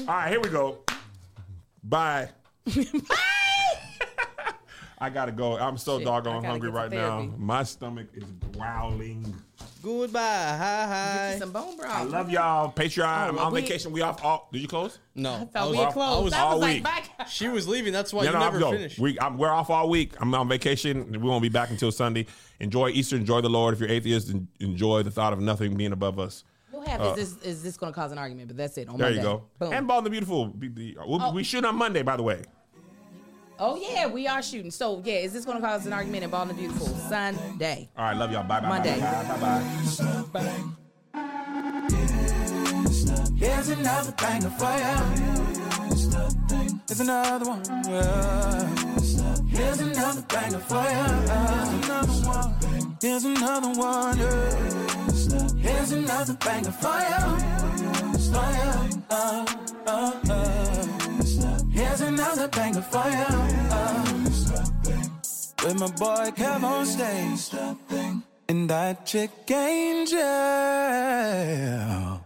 Speaker 1: All right, here we go. Bye. <laughs> I gotta go. I'm so
Speaker 2: Shit, I
Speaker 1: doggone
Speaker 2: gotta
Speaker 1: hungry
Speaker 2: get to
Speaker 1: right now.
Speaker 2: therapy.
Speaker 1: My stomach is growling.
Speaker 3: Goodbye. Hi, hi.
Speaker 2: Some bone broth.
Speaker 1: I love y'all. Patreon. I'm
Speaker 2: well,
Speaker 1: on
Speaker 2: Oh, we-
Speaker 1: vacation. We off all. Did you close?
Speaker 3: No,
Speaker 2: I
Speaker 3: I
Speaker 2: thought
Speaker 3: was-
Speaker 2: we had
Speaker 1: off- I
Speaker 2: closed.
Speaker 3: was
Speaker 2: I was,
Speaker 1: all
Speaker 2: like,
Speaker 1: week.
Speaker 2: bye. guys.
Speaker 3: she was leaving. That's why
Speaker 1: Yeah,
Speaker 3: Oh, you
Speaker 1: no,
Speaker 3: never
Speaker 1: I'm going.
Speaker 3: finished.
Speaker 1: We, I'm, we're off all week. I'm on vacation. We won't be back until Sunday. Enjoy Easter. Enjoy the Lord. If you're atheist, en- enjoy the thought of nothing being above us.
Speaker 2: We'll have is this is this going to cause an argument? But that's it. On
Speaker 1: Uh, There
Speaker 2: Monday.
Speaker 1: you go.
Speaker 2: Boom.
Speaker 1: And Ball and the Beautiful. Be- be- uh, we'll-
Speaker 2: Oh.
Speaker 1: We shoot on Monday, by the way.
Speaker 2: oh yeah, we are shooting. So yeah, is this going to cause an argument in Ball and the Beautiful Sunday?
Speaker 1: All right, love y'all. Bye bye.
Speaker 2: Monday.
Speaker 1: Bye bye. bye.
Speaker 6: There's another banger for you. There's another one. yeah. There's another banger for you. There's another one. yeah. There's another banger for you. For you. Uh, uh, uh. Here's another banger for you. Uh. With my boy Kev on stage. And that chick Angel.